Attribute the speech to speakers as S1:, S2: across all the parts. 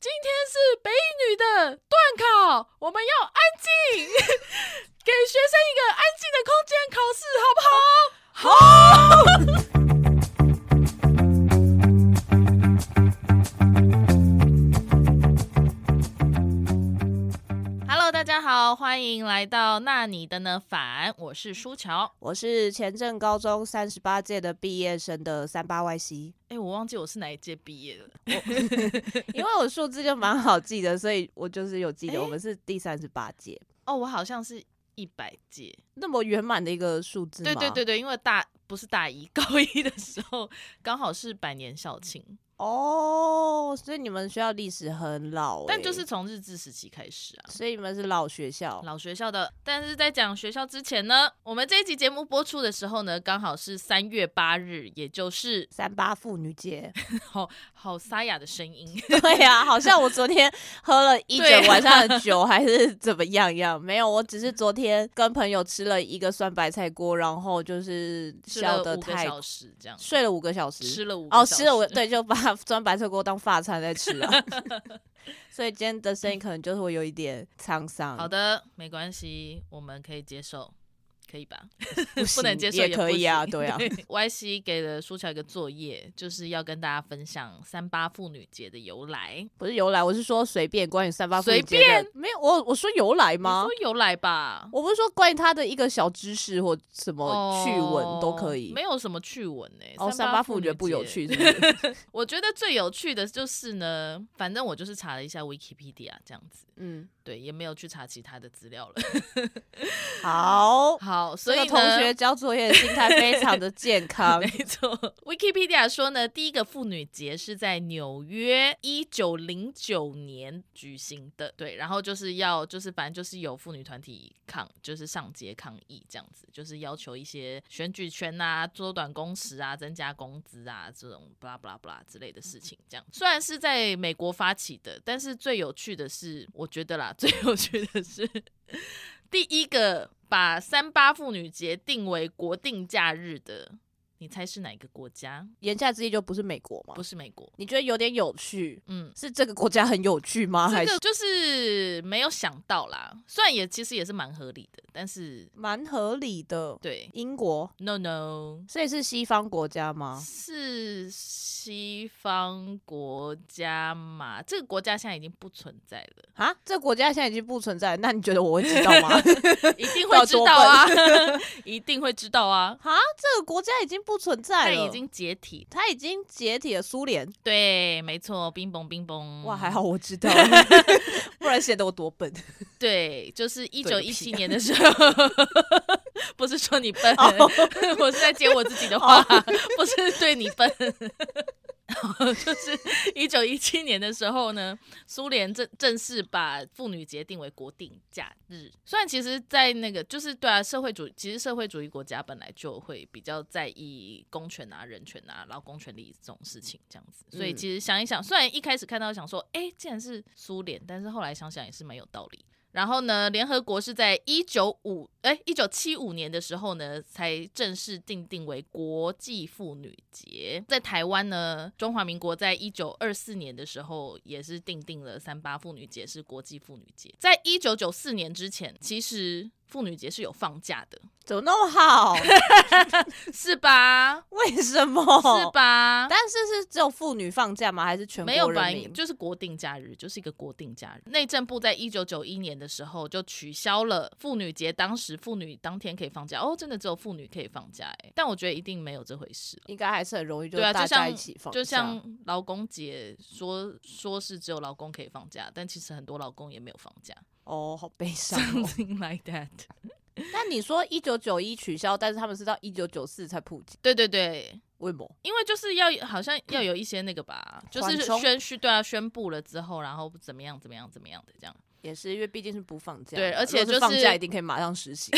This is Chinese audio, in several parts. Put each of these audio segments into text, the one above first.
S1: 今天是北一女的段考，我们要安静， 给学生一个安静的空间考试，好不好？好。Hello，大 家好，欢迎来到那你的呢反，我是舒乔。
S2: 我是前镇高中三十八届的毕业生的三八 YC，
S1: 哎、我忘记我是哪一届毕业的。
S2: 因为我数字就蛮好记的，所以我就是有记得
S1: 诶
S2: 我们是第三十八届，
S1: 哦，我好像是一百届。
S2: 那么圆满的一个数字吗。
S1: 对对对对，因为大不是大一，高 一的时候刚好是百年校庆，
S2: 哦，所以你们学校历史很老欸、
S1: 但就是从日治时期开始啊。
S2: 所以你们是老学校，
S1: 老学校的，但是在讲学校之前呢，我们这一集节目播出的时候呢，刚好是三月八日，也就是
S2: 三八妇女 节。
S1: 好好沙哑的声音，
S2: 对呀、好像我昨天喝了一
S1: 对
S2: 整晚上的酒，还是怎么样一样？没有，我只是昨天跟朋友吃了一个酸白菜锅，然后就是
S1: 吃
S2: 笑
S1: 了
S2: 得
S1: 五个
S2: 太
S1: 小时这样，
S2: 睡了五个小时，
S1: 吃了五个
S2: 哦，
S1: 小
S2: 吃了我
S1: 时
S2: 对，就把酸白菜锅当法餐在吃 啊。所以今天的声音可能就是会有一点沧桑。
S1: 好，的，没关系，我们可以接受，可以吧？
S2: 不
S1: 不能
S2: 行
S1: 接受
S2: 也
S1: 不
S2: 可以啊，
S1: 行。
S2: 对啊
S1: Y C 给了舒乔一个作业，就是要跟大家分享三八妇女节的由来。
S2: 不是由来，我是说随便关于三八妇女
S1: 随
S2: 节的
S1: 便
S2: 没有我我说由来吗
S1: 你？说由来吧，
S2: 我不是说关于他的一个小知识或什哦么趣闻都可以
S1: 哦没。有什么趣闻呢、欸。
S2: 哦，
S1: 三
S2: 三
S1: 八
S2: 八
S1: 妇
S2: 妇
S1: 女
S2: 女
S1: 节
S2: 节不有，趣，是不是？
S1: 我觉得最有趣的就是呢，反正我就是查了一下 Wikipedia 这样子，
S2: 嗯，
S1: 对，也没有去查其他的资料了。
S2: 好。
S1: 好，所
S2: 这
S1: 以
S2: 个
S1: 呢
S2: 同学交作业的心态非常的 健康
S1: 没，错，Wikipedia 说呢，第一个妇女节是在纽约一九零九年举行的，对，然后就是要就是反正就是有妇女团体抗，就是上街抗议这样子，就是要求一些选举权啊、缩短工时啊、增加工资啊这种巴拉巴拉巴拉之类的事情。这样虽然是在美国发起的，但是最有趣的是，我觉得啦， 最有趣的是第一个把三八妇女节定为国定假日的，你猜是哪一个国家？
S2: 言下之意就不是美国嘛
S1: 不？是美国。
S2: 你觉得有点有趣，
S1: 嗯，
S2: 是这个国家很有趣吗？啊还
S1: 这
S2: 是
S1: 个就是没有想到啦，虽然也其实也是蛮合理的，但是
S2: 蛮合理的？
S1: 对
S2: 英国，
S1: ，no no，
S2: 所以是西方国家吗？
S1: 是西方国家嘛？这个国家现在已经不存在了。
S2: 啊，这国家现在已经不存在，那你觉得我会知道 吗？
S1: 一定会知道啊， 一定会知道啊，
S2: 啊，这个国家已经不存在
S1: 它
S2: 了，
S1: 已经解体，
S2: 它已经解体了苏联。
S1: 对，没错，冰崩冰崩，
S2: 哇，还好，我知 道，不然显得我多笨。
S1: 对，就是一九
S2: 对
S1: 一
S2: 个
S1: 七
S2: 屁啊
S1: 年的时候， 不是说你笨，
S2: 哦
S1: 我是在接我自己的话，不是对你笨。 就是一九一七年的时候呢，苏联正正式把妇女节定为国定假日。虽然其实，在那个就是对啊，社会主其实社会主义国家本来就会比较在意公权啊、人权啊、劳工权利这种事情，这样子。所以
S2: 嗯
S1: 其实想一想，虽然一开始看到想说，哎、竟然是苏联，但是后来想想也是蛮有道理。然后呢，联合国是在一九五哎一九七五年的时候呢，才正式定定为国际妇女节。在台湾呢，中华民国在一九二四年的时候也是定定了三八妇女节是国际妇女节。在一九九四年之前，其实妇女节是有放假的，
S2: 怎么那么好？
S1: 是吧？
S2: 为什么？
S1: 是？吧？
S2: 但是是只有妇女放假吗？还是全
S1: 没有
S2: 国
S1: 吧
S2: 人？民？
S1: 就是国定假日，就是一个国定假日。内政部在一九九一年的时候就取消了妇女节，当时妇女当天可以放假。哦，真的只有妇女可以放假哎，但我觉得一定没有这回事。
S2: 应该还是很容易，就
S1: 对啊，
S2: 大
S1: 就
S2: 家
S1: 像
S2: 一起放假。
S1: 就像劳工节说说是只有劳工可以放假，但其实很多劳工也没有放 假。
S2: 哦，好悲伤哦。
S1: Something like that。
S2: 但你说一九九一取消，但是他们是到一九九四才普及，
S1: 对对对，
S2: 为什么？
S1: 因为就是要好像要有一些那个吧，就是
S2: 缓冲
S1: 宣宣对啊宣布了之后，然后怎么样怎么样怎么样的这样。
S2: 也是因为毕竟是不放假嘛，
S1: 对而且
S2: 如果
S1: 就是是
S2: 放假一定可以马上实行。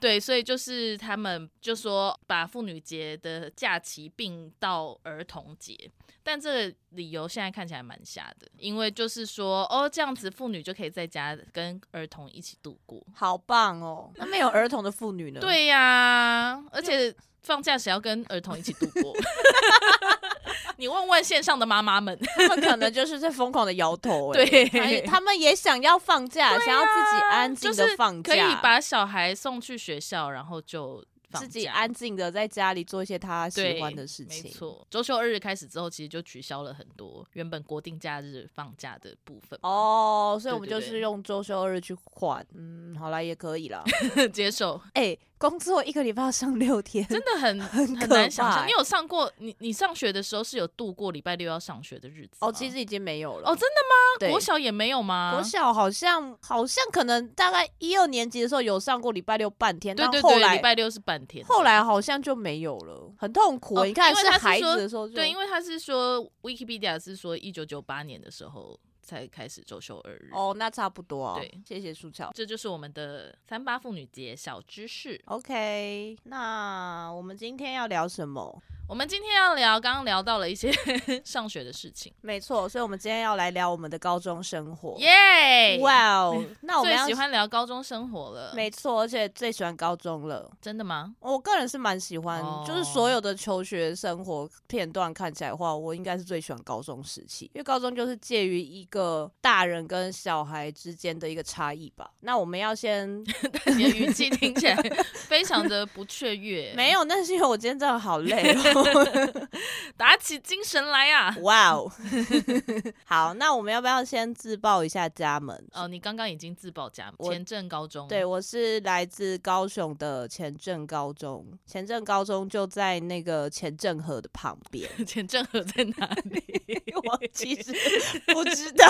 S1: 对，所以就是他们就说把妇女节的假期并到儿童节，但这个理由现在看起来蛮瞎的，因为就是说哦，这样子妇女就可以在家跟儿童一起度过。
S2: 好棒哦！ 那没有儿童的妇女呢？，
S1: 对呀、而且放假谁要跟儿童一起度过？ 你问问线上的妈妈们，
S2: 他们可能就是在疯狂的摇 头、欸，
S1: 对
S2: 哎，他们也想要放假，想要自己安静
S1: 就是
S2: 的放假，
S1: 可以把小孩送去学校，然后就放
S2: 自己
S1: 假
S2: 安静的在家里做一些他
S1: 对
S2: 喜欢的事情。
S1: 没错，周休二日开始之后，其实就取消了很多原本国定假日放假的部分，
S2: 哦，所以
S1: 对
S2: 我们
S1: 对
S2: 就
S1: 对
S2: 是用周休二日去换，嗯，好啦，也可以啦。
S1: 接受
S2: 哎、工作一个礼拜要上六天，
S1: 真的 很很
S2: 可
S1: 难想
S2: 怕
S1: 象。
S2: 欸
S1: 你有上过你你上学的时候是有度过礼拜六要上学的日子
S2: 哦，
S1: 吗
S2: 其实已经没有了。
S1: 哦真
S2: 对
S1: 国小也没有吗？
S2: 国小好像好像可能大概一二年级的时候有上过礼拜六半天，
S1: 对对
S2: 但后
S1: 对，
S2: 来
S1: 礼拜六是半天。
S2: 后来好像就没有了，很痛苦欸、
S1: 哦
S2: 你看
S1: 因为
S2: 是
S1: 他是
S2: 孩
S1: 说
S2: 子的时候就
S1: 对，因为他是说 Wikipedia 是说一九九八年的时候才开始周休二日。
S2: 哦，那差不多、啊。
S1: 对，
S2: 谢谢舒乔。
S1: 这就是我们的三八妇女节小知识。
S2: OK，那我们今天要聊什么？
S1: 我们今天要聊，刚刚聊到了一些 上学的事情，
S2: 没错，所以我们今天要来聊我们的高中生活。
S1: 耶！
S2: 哇哦，那我们
S1: 最
S2: 要
S1: 喜欢聊高中生活了，
S2: 没错，而且最喜欢高中了。
S1: 真的吗？
S2: 我个人是蛮喜欢，
S1: 哦
S2: 就是所有的求学生活片段看起来的话，我应该是最喜欢高中时期，因为高中就是介于一个大人跟小孩之间的一个差异吧。那我们 要先
S1: 你的语气听 起来非常的不雀跃，
S2: 没有，那是因为我今天真的好累、 哦。
S1: 打起精神来啊！
S2: 哇 哦，好，那我们要不要先自报一下家门？
S1: 哦，你刚刚已经自报家
S2: 我
S1: 前阵高中，
S2: 对，，我是来自高雄的前镇高中，前镇高中就在那个前镇河的旁边。
S1: 前阵河在哪里？
S2: 我 其实不知道。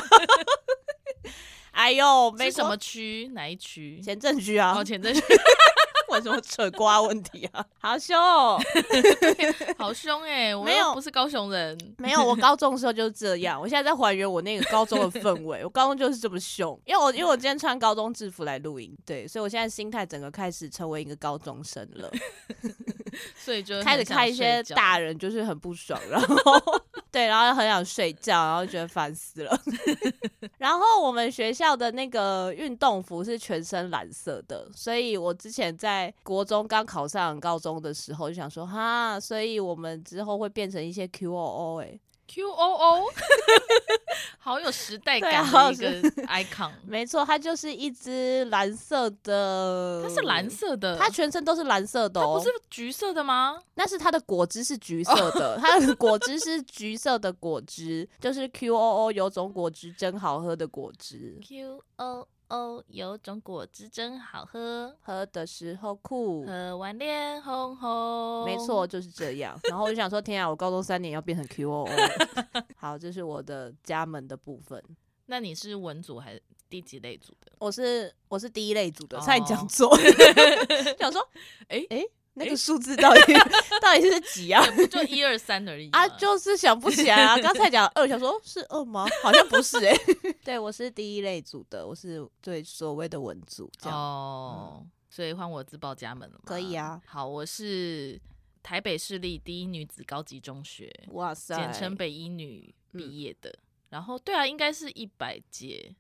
S2: 哎呦，没
S1: 是什么区？哪一区？
S2: 前政局啊
S1: 哦，，前 阵区
S2: 为什么扯瓜问题啊？ 好凶、哦！
S1: 好凶哎、我
S2: 没有
S1: 又不是高雄人，
S2: 没有，我高中的时候就是这样，我现在在还原我那个高中的氛围。我高中就是这么凶，因为我因为我今天穿高中制服来录音，对，所以我现在心态整个开始成为一个高中生了。
S1: 所以就
S2: 开始
S1: 很想
S2: 看一些
S1: 睡觉
S2: 大人就是很不爽，然后对，然后很想睡觉，然后觉得烦死了。 然后我们学校的那个运动服是全身蓝色的，所以我之前在国中刚考上高中的时候就想说，哈，所以我们之后会变成一些 QOO 哎、
S1: Q O O，好有时代
S2: 对啊
S1: 感
S2: 好
S1: 的
S2: 有
S1: 一个 icon，
S2: 没错，它就是一只蓝色的，
S1: 它是蓝，色的，
S2: 它全身都是蓝色的、
S1: 它
S2: 哦，
S1: 不是橘色的吗？
S2: 但是它的果汁是橘色 的，它的果汁是橘色的果汁，就是 QOO 有种果汁真好喝的果汁，
S1: Q O O 有种果汁真好喝，
S2: 喝的时候酷。
S1: 喝完脸红红。
S2: 没错，，就是这样。然后我就想说，天啊，我高中三年要变成 QOO 了。好，这是我的家门的部分。
S1: 那你是文组还是第几类组的？
S2: 我是我是第一类组的，
S1: 哦
S2: 差点 讲错。想说，哎、
S1: 诶
S2: 哎、那个数字到底 到底是几 啊？
S1: 不就一二三而已
S2: 啊，
S1: 吗
S2: 就是想不起来 啊。刚才讲二，想说是二吗？好像不是哎、 对，我是第一类组的，我是对所谓的文组这样。嗯
S1: 哦，所以换我自报家门了吗？
S2: 可以啊。
S1: 好，我是台北市立第一女子高级中学，
S2: 哇塞，
S1: 简称北一女
S2: 嗯
S1: 毕业的。然后对啊，应该是一百 届，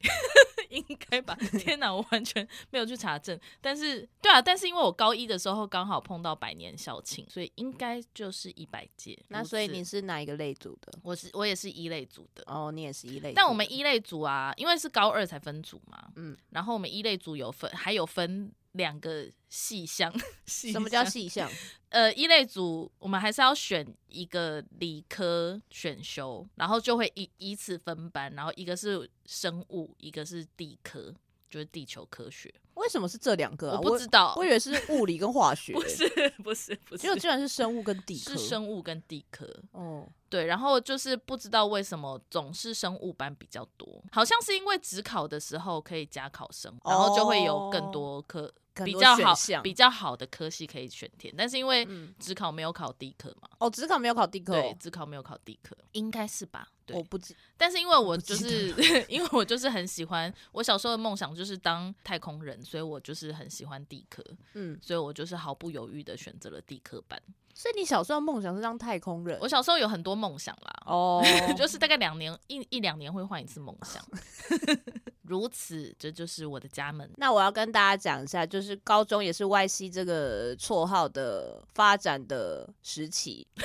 S1: 应该吧？天哪，我完全没有去查证。但是对啊，但是因为我高一的时候刚好碰到百年校庆，所以应该就是一百届。
S2: 那
S1: 如此
S2: 所以你是哪一个类组的？
S1: 我是我也是一类组的。
S2: 哦，你也是一类组的。
S1: 但我们一类组啊，因为是高二才分组嘛，嗯
S2: 嗯，
S1: 然后我们一类组有分，还有分两个细 项，细
S2: 什么叫
S1: 项
S2: 细项？
S1: 呃，一类组我们还是要选一个理科选修，然后就会以以此分班，然后一个是生物，一个是地科，就是地球科学。
S2: 为什么是这两个啊？
S1: 我不知道，
S2: 我以为是物理跟化 学、
S1: 不是 不是不
S2: 结果
S1: 是，
S2: 居然是生物跟地科。
S1: 是生物跟地科。
S2: 哦，
S1: 对，然后就是不知道为什么总是生物班比较多，好像是因为只考的时候可以加考生，然后就会有更多科、
S2: 哦更
S1: 比
S2: 多
S1: 较
S2: 选
S1: 好
S2: 项
S1: 比较好的科系可以选填，但是因为
S2: 嗯，
S1: 只考没有考地科嘛，
S2: 哦，只考没有考地科
S1: 对，
S2: 哦，
S1: 只考没有考地科，应该是吧？
S2: 我
S1: 对，
S2: 不知
S1: 但是因为我
S2: 不
S1: 就
S2: 记
S1: 是 因为我就是很喜欢，我小时候的梦想就是当太空人，所以我就是很喜欢地科，
S2: 嗯，
S1: 所以我就是毫不犹豫的选择了地科班。
S2: 所以你小时候梦想是当太空人
S1: 我小时候有很多梦想啦，，
S2: 哦
S1: 就是大概两年一一两年会换一次梦想。 如此，这就是我的家门。
S2: 那我要跟大家讲一下，就是高中也是 YC 这个 绰号的发展的时期。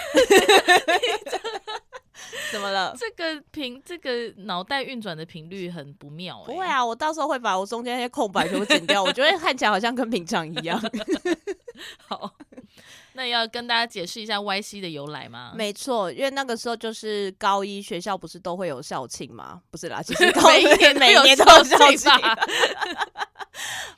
S2: 怎么了？
S1: 这个频这个脑袋运转的频率很不妙、欸，
S2: 不会，啊，我到时候会把我中间那些空白全部剪掉，我觉得看起来好像跟平常一样。
S1: 好，那要跟大家解释一下 YC 的由来吗？
S2: 没错，因为那个时候就是高一，学校不是都会有校庆吗？不是啦，其 实高
S1: 每
S2: 一
S1: 一年
S2: 每
S1: 有
S2: 年都
S1: 校
S2: 有校
S1: 庆吧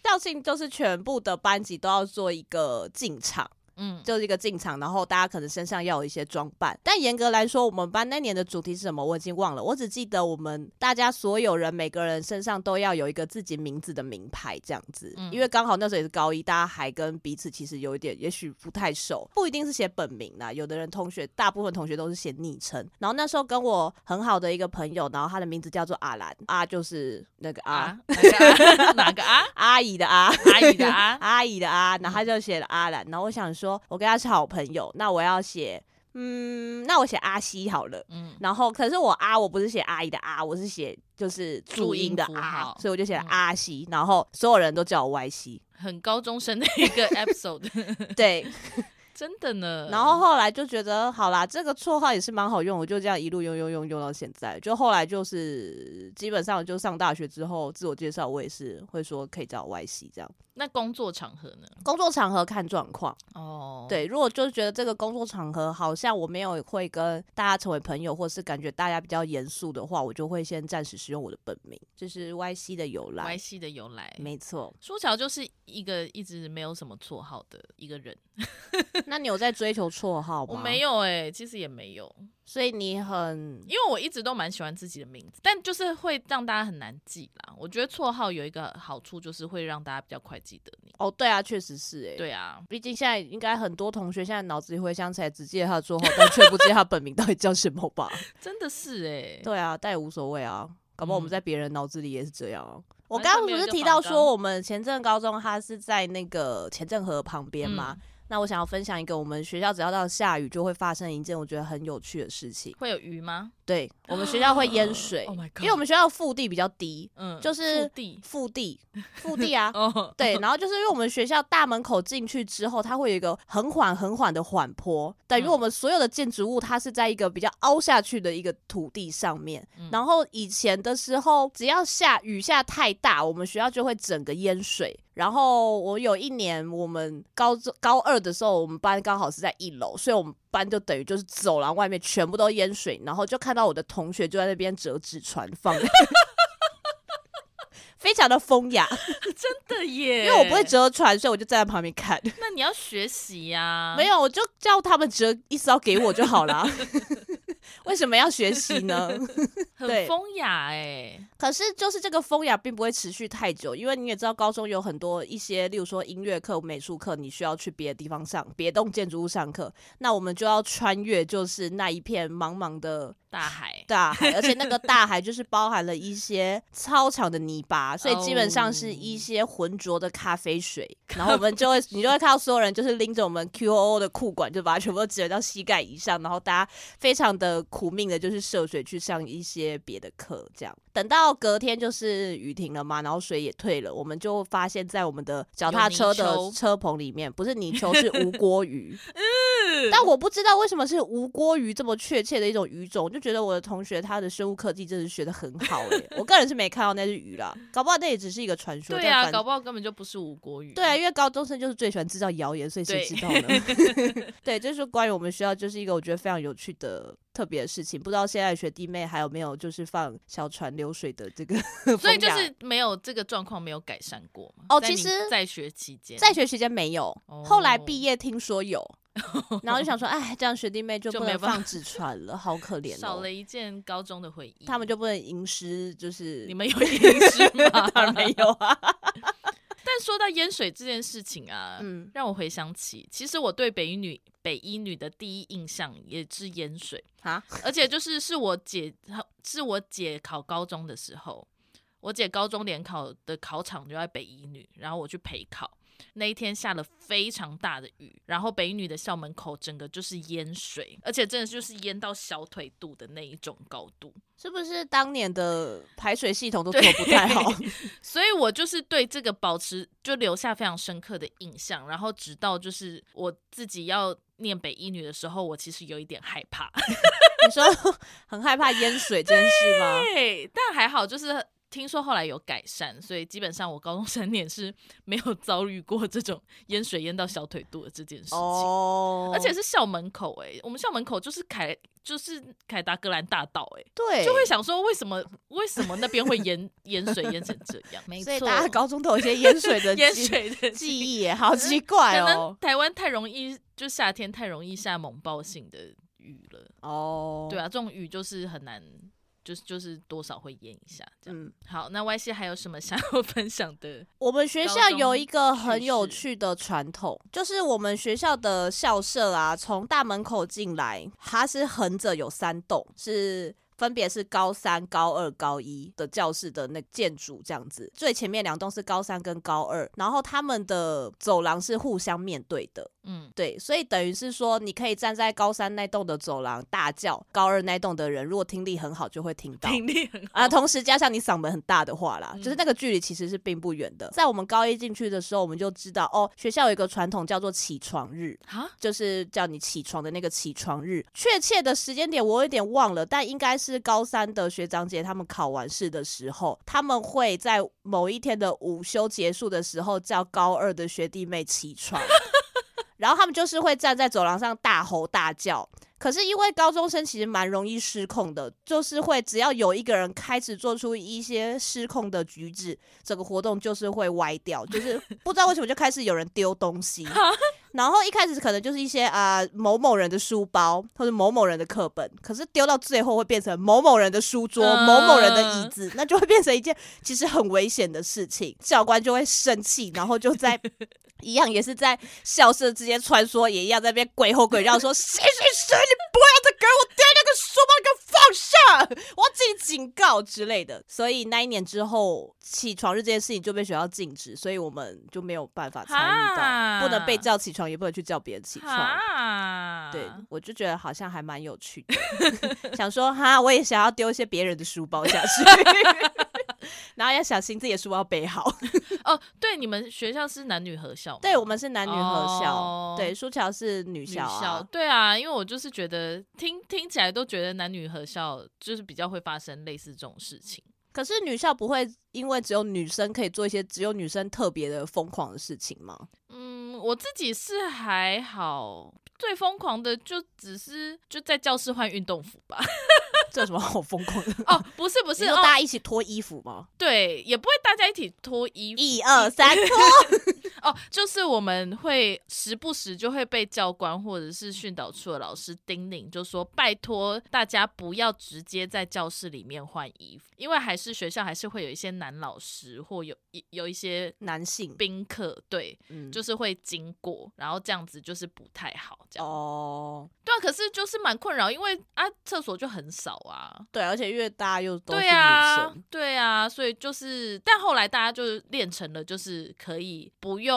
S2: 校庆就是全部的班级都要做一个进场，
S1: 嗯，
S2: 就是一个进场，然后大家可能身上要有一些装扮。但严格来说，我们班那年的主题是什么，我已经忘了，我只记得我们大家所有人每个人身上都要有一个自己名字的名牌，这样子。
S1: 嗯
S2: 因为刚好那时候也是高一，大家还跟彼此其实有一点，也许不太熟，不一定是写本名啦。有的人同学，大部分同学都是写昵称。然后那时候跟我很好的一个朋友，然后他的名字叫做阿兰，阿就是那个阿、
S1: 啊，哪个啊？哪个啊？
S2: 阿姨的阿。
S1: 阿姨的 啊？
S2: 阿姨的阿，然后他就写了阿兰，然后我想说，我跟他是好朋友，那我要写，嗯，那我写阿西好了。
S1: 嗯，
S2: 然后可是我阿我不是写阿姨的阿，我是写就是注音的
S1: 注音符
S2: 阿
S1: 号，
S2: 所以我就写了
S1: 嗯
S2: 阿西，然后所有人都叫我歪西，
S1: 很高中生的一个 episode，
S2: 对。
S1: 真的呢。
S2: 然后后来就觉得好啦，这个绰号也是蛮好用，我就这样一路用用用用到现在。就后来就是基本上就上大学之后，自我介绍我也是会说可以叫我歪西这样。
S1: 那工作场合呢？
S2: 工作场合看状况。
S1: 哦，，
S2: 对，如果就是觉得这个工作场合好像我没有会跟大家成为朋友，或是感觉大家比较严肃的话，我就会先暂时使用我的本名，这是 Y C 的由
S1: 歪
S2: 来。
S1: 西的由来。
S2: 没 错，
S1: 舒乔就是一个一直没有什么绰号的一个人，
S2: 那你有在追求绰号吗？
S1: 我没
S2: 有，
S1: 有哎、其实也没有，
S2: 所以你很
S1: 因为我一直都蛮喜欢自己的名字，但就是会让大家很难记啦。我觉得绰号有一个好处就是会让大家比较快记得你。
S2: 哦，对啊，确实是哎、，
S1: 对啊，
S2: 毕竟现在应该很多同学现在脑子里回想起来只记得他的绰号，但却不记得他本名到底叫什么 吧？
S1: 真的是哎、
S2: 对啊，但也无所谓啊，搞不好我们
S1: 嗯
S2: 在别人脑子里也是这样啊。我
S1: 反正他
S2: 刚刚
S1: 们
S2: 不
S1: 有
S2: 是
S1: 一个啊
S2: 提
S1: 仿
S2: 到
S1: 纲
S2: 说我们前镇高中它是在那个前镇河旁边嘛？
S1: 嗯
S2: 那我想要分享一个我们学校只要到下雨就会发生一件我觉得很有趣的事情。
S1: 会有鱼吗？
S2: 对我们学校会淹水
S1: Oh my，
S2: 因为我们学校腹地比较低，
S1: 嗯，
S2: 就是
S1: 腹地，
S2: 腹地腹地啊
S1: 哦，
S2: 对，然后就是因为我们学校大门口进去之后，它会有一个很缓很缓的缓坡，等于
S1: 嗯
S2: 我们所有的建筑物它是在一个比较凹下去的一个土地上面。
S1: 嗯
S2: 然后以前的时候，只要下雨下太大，我们学校就会整个淹水。然后我有一年，我们高中高二的时候，我们班刚好是在一楼，所以我们班就等于就是走廊外面全部都淹水，然后就看到我的同学就在那边折纸船放，非常的风雅。
S1: 真的耶，
S2: 因为我不会折船，所以我就站在旁边看。
S1: 那你要学习呀、
S2: 没有，我就叫他们折一艘给我就好啦。为什么要学习呢？
S1: 很
S2: 对
S1: 风雅哎、
S2: 可是就是这个风雅并不会持续太久，因为你也知道，高中有很多一些，例如说音乐课、美术课，你需要去别的地方上，别栋建筑物上课，那我们就要穿越就是那一片茫茫的
S1: 大海。
S2: 大海，而且那个大海就是包含了一些操场的泥巴，所以基本上是
S1: 哦
S2: 一些浑浊的咖啡水。 然后我们就会，你就会看到所有人就是拎着我们 QOO 的裤管，就把它全部都折到膝盖以上，然后大家非常的苦命的，就是涉水去上一些别的课，这样。等到隔天就是雨停了嘛，然后水也退了，我们就发现，在我们的脚踏车
S1: 有泥
S2: 的
S1: 鳅
S2: 车棚里面，不是泥鳅，是 无锅鱼。但我不知道为什么是无锅鱼这么确切的一种鱼种，我就觉得我的同学他的生物科技真的是学的很好诶、我个人是没看到那只鱼啦，搞不好那也只是一个传说。
S1: 对
S2: 但
S1: 啊，
S2: 反
S1: 搞不好根本就不是吴国语。
S2: 对啊，因为高中生就是最喜欢制造谣言，所以谁
S1: 对
S2: 知道呢？ 对，这是关于我们学校，就是一个我觉得非常有趣的特别的事情。不知道现在的学弟妹还有没有就是放小船流水的这个 风
S1: 所以就
S2: 雅
S1: 是没有这个状况没有改善过嘛。
S2: 哦
S1: 在你
S2: 其实
S1: 在学期间，
S2: 在学期间没有，后来毕
S1: 业
S2: 业听说有， 然后就想说，哎，这样学弟妹就
S1: 就
S2: 不
S1: 没
S2: 能
S1: 办法
S2: 放纸船了，好可怜
S1: 少
S2: 哦
S1: 了。一件高中的回忆，
S2: 他们就不能吟诗，就是
S1: 你们有饮食 吗？
S2: 当然没有啊。
S1: 但说到淹水这件事情啊，
S2: 嗯，
S1: 让我回想起，其实我对北一女北一女的第一印象也是淹水，
S2: 啊，
S1: 而且就是是我姐，是我姐考高中的时候，我姐高中联考的考场就在北一女，然后我去陪考。那一天下了非常大的雨，然后北一女的校门口整个就是淹水，而且真的就是淹到小腿肚的那一种高度。
S2: 是不是当年的排水系统都做
S1: 对
S2: 不太 好？
S1: 所以我就是对这个保持就留下非常深刻的印象，然后直到就是我自己要念北一女的时候，我其实有一点害怕，
S2: 你说 很害怕淹水这件事吗？
S1: 对，但还好，就是听说后来有改善，所以基本上我高中三年是没有遭遇过这种淹水淹到小腿肚的这件事情。
S2: 哦，
S1: 而且是校门口哎、我们校门口就是凯，就是凯达格兰大道哎、
S2: 对，
S1: 就会想说为什么为什么那边会淹淹水淹成这样？没
S2: 所以大家 高中都有一些淹水的
S1: 淹
S2: 记
S1: 水的
S2: 记忆耶，好奇怪
S1: 可能
S2: 哦。
S1: 台湾太容易，就夏天太容易下猛暴性的雨了。
S2: 哦，
S1: 对啊，这种雨就是很难，就是就是多少会淹一下这样。
S2: 嗯，
S1: 好，那 Y C 还有什么想要 分享的？
S2: 我们学
S1: 高
S2: 校
S1: 中
S2: 有一个很
S1: 趣
S2: 有
S1: 事
S2: 趣的传统，就是我们学校的校舍啊，从大门口进来，它是横着有三栋，是。分别是高三、高二、高一的教室的那建筑这样子，最前面两栋是高三跟高二，然后他们的走廊是互相面对的，
S1: 嗯，
S2: 对，所以等于是说，你可以站在高三那栋的走廊大叫，高二那栋的人如果听力很好就会听到。
S1: 听力很好
S2: 啊，同时加上你嗓门很大的话啦，
S1: 嗯
S2: 就是那个距离其实是并不远的。在我们高一进去的时候，我们就知道哦，学校有一个传统叫做起床日，
S1: 啊，
S2: 就是叫你起床的那个起床日。确切的时间点我有点忘了，但应该是高三的学长姐他们考完试的时候，他们会在某一天的午休结束的时候叫高二的学弟妹起床，然后他们就是会站在走廊上大吼大叫。可是因为高中生其实蛮容易失控的，就是会只要有一个人开始做出一些失控的举止，整个活动就是会歪掉，就是不知道为什么就开始有人丢东西，然后一开始可能就是一些啊、呃某某人的书包或者某某人的课本，可是丢到最后会变成某某人的书桌、
S1: 嗯
S2: 某某人的椅子，那就会变成一件其实很危险的事情。教官就会生气，然后就在一样也是在校舍之间穿梭，也一样在那边鬼吼鬼叫说 谁谁谁，你不要再给我丢那个书包，你给我放下，我要自己警告之类的。所以那一年之后，起床日这件事情就被学校禁止，所以我们就没有办法参与
S1: 哈
S2: 到，不能被叫起床，也不能去叫别人起床。
S1: 啊，
S2: 对，我就觉得好像还蛮有趣的， 想说哈，我也想要丢一些别人的书包下去， 然后要小心自己的书包背好。
S1: 哦，对，你们学校是男女合校吗？
S2: 对我们是男女合校，
S1: 哦
S2: 对，苏乔是女
S1: 女
S2: 校啊，
S1: 对啊，因为我就是觉得听听起来都觉得男女合校就是比较会发生类似这种事情。
S2: 可是女校不会因为只有女生可以做一些只有女生特别的疯狂的事情吗？
S1: 嗯，我自己是还好，最疯狂的就只是就在教室换运动服吧。
S2: 这有什么好疯狂的？
S1: 哦，不 是不
S2: 不
S1: 是，
S2: 大
S1: 哦，
S2: 家一起脱衣服吗？
S1: 对，也不会大家一起脱衣服。
S2: 一二三，脱！
S1: 哦，就是我们会时不时就会被教官或者是训导处的老师叮咛，就说拜托大家不要直接在教室里面换衣服，因为还是学校还是会有一些男老师或有一有一些
S2: 男性，
S1: 宾客，对，
S2: 嗯，
S1: 就是会经过，然后这样子就是不太好，这样。
S2: 哦，
S1: 对啊，可是就是蛮困扰，因为啊厕所就很少啊。
S2: 对，而且越大又都是女
S1: 对
S2: 生，
S1: 啊，对啊，所以就是，但后来大家就练成了，就是可以不用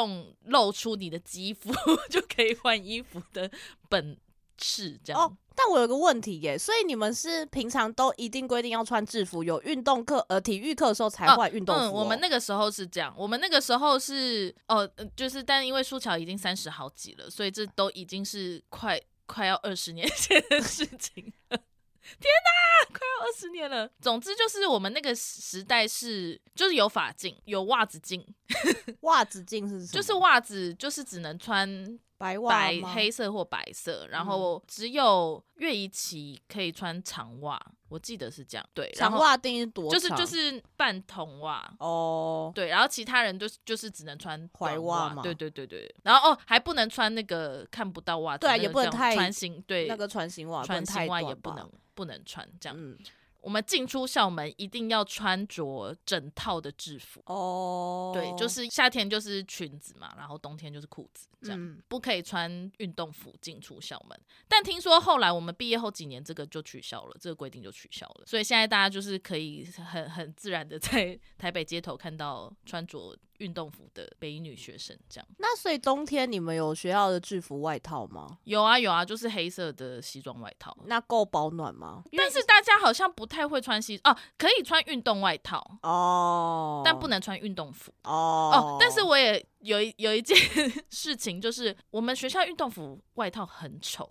S1: 露出你的肌肤 就可以换衣服的本事，这样。
S2: 哦但我有个问题耶，所以你们是平常都一定规定要穿制服，有运动课呃体育课的时候才换运动服、哦
S1: 嗯，我们那个时候是这样，我们那个时候是哦、呃就是但因为舒乔已经三十好几了，所以这都已经是快快要二十年 前的事情了。 天哪，快要二十年了。总之就是我们那个时代是就是有发镜，有袜子镜，
S2: 那袜子镜是什么
S1: 就是袜子就是只能穿
S2: 白嗯袜
S1: 白
S2: 吗嗯
S1: 黑色或白色，然后只有越一期可以穿长袜，我记得是这样。对，然
S2: 长
S1: 后
S2: 袜定义是多
S1: 就
S2: 长？
S1: 是就是半筒袜。
S2: 哦，
S1: 对，然后其他人就是就是只能穿
S2: 踝
S1: 短
S2: 袜
S1: 袜
S2: 嘛
S1: 对对对对。然后哦，还不能穿那个看不到袜子，
S2: 对啊
S1: 那个
S2: 也不能
S1: 叫
S2: 太
S1: 穿新，对，
S2: 那个船型袜不能
S1: 穿
S2: 太
S1: 新袜
S2: 短
S1: 也不
S2: 吧
S1: 能不能穿这样。
S2: 嗯
S1: 我们进出校门一定要穿着整套的制服，
S2: 哦，
S1: 对，就是夏天就是裙子嘛，然后冬天就是裤子这样。
S2: 嗯
S1: 不可以穿运动服进出校门，但听说后来我们毕业后几年这个就取消了，这个规定就取消了， 所以现在大家就是可以很很自然的在台北街头看到穿着运动服的北一女学生这样。
S2: 那所以冬天你们有学校的制服外套吗？
S1: 有啊有啊，就是黑色的西装外套。
S2: 那够保暖吗？
S1: 但是大家好像不太会穿西哦、可以穿运动外套，
S2: 哦，
S1: 但不能穿运动服。
S2: 哦
S1: 哦，但是我也有一有一件 事情，就是我们学校运动服外套很丑，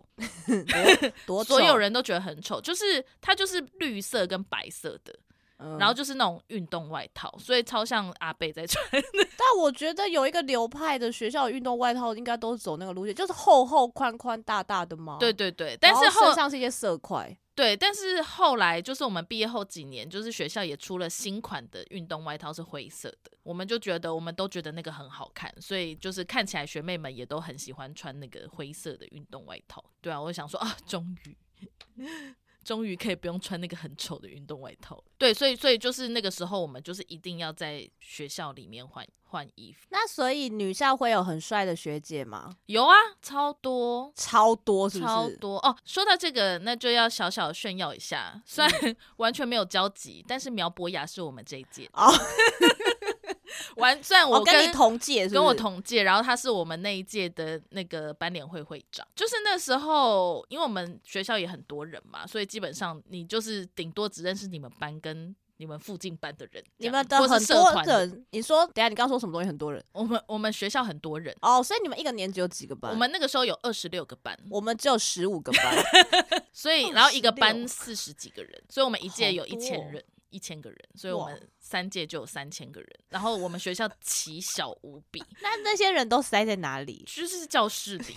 S2: 多
S1: 所
S2: 丑
S1: 有，人都觉得很丑，就是它就是绿色跟白色的，
S2: 嗯
S1: 然后就是那种运动外套，所以超像阿贝在穿。
S2: 哦但我觉得有一个流派的学校的运动外套应该都是走那个路线，就是厚厚宽宽大大的嘛。
S1: 对对对，但是
S2: 然后
S1: 后
S2: 身上是一些色块，
S1: 对，但是后来就是我们毕业后几年，就是学校也出了新款的运动外套是灰色的，我们就觉得我们都觉得那个很好看，所以就是看起来学妹们也都很喜欢穿那个灰色的运动外套。对啊，我就想说啊，终于。 终于可以不用穿那个很丑的运动外套了。对，所以所以就是那个时候，我们就是一定要在学校里面换换衣服。
S2: 那所以女校会有很帅的学姐吗？
S1: 有啊，超多，
S2: 超多是不是？
S1: 超多哦！说到这个，那就要小小炫耀一下，虽
S2: 嗯
S1: 然 完全没有交集，但是苗博雅是我们这一届
S2: 哦
S1: 完，虽然
S2: 我、
S1: 我
S2: 哦跟
S1: 跟、
S2: 你同届是不是，
S1: 跟我同届，然后他是我们那一届的那个班联会会长。就是那时候，因为我们学校也很多人嘛，所以基本上你就是顶多只认识你们班跟你们附近班的人这
S2: 你
S1: 样，
S2: 们的
S1: 或是
S2: 很
S1: 社
S2: 多
S1: 团的。
S2: 人，你说等一下你刚说什么东西很多人
S1: 我们我们学校很多人，
S2: 哦，所以你们一个年级有几个班？
S1: 我们那个时候有二十六个班，
S2: 我们只有十五 个班，
S1: 所以，然后一个
S2: 26
S1: 班四十几个人，所以我们一届
S2: 好
S1: 有一
S2: 多
S1: 千
S2: 哦
S1: 人，一千个人，所以我
S2: 哇
S1: 们三届就有三千个人。然后我们学校奇小无比，
S2: 那那些人都塞在哪里？
S1: 就是教室里，所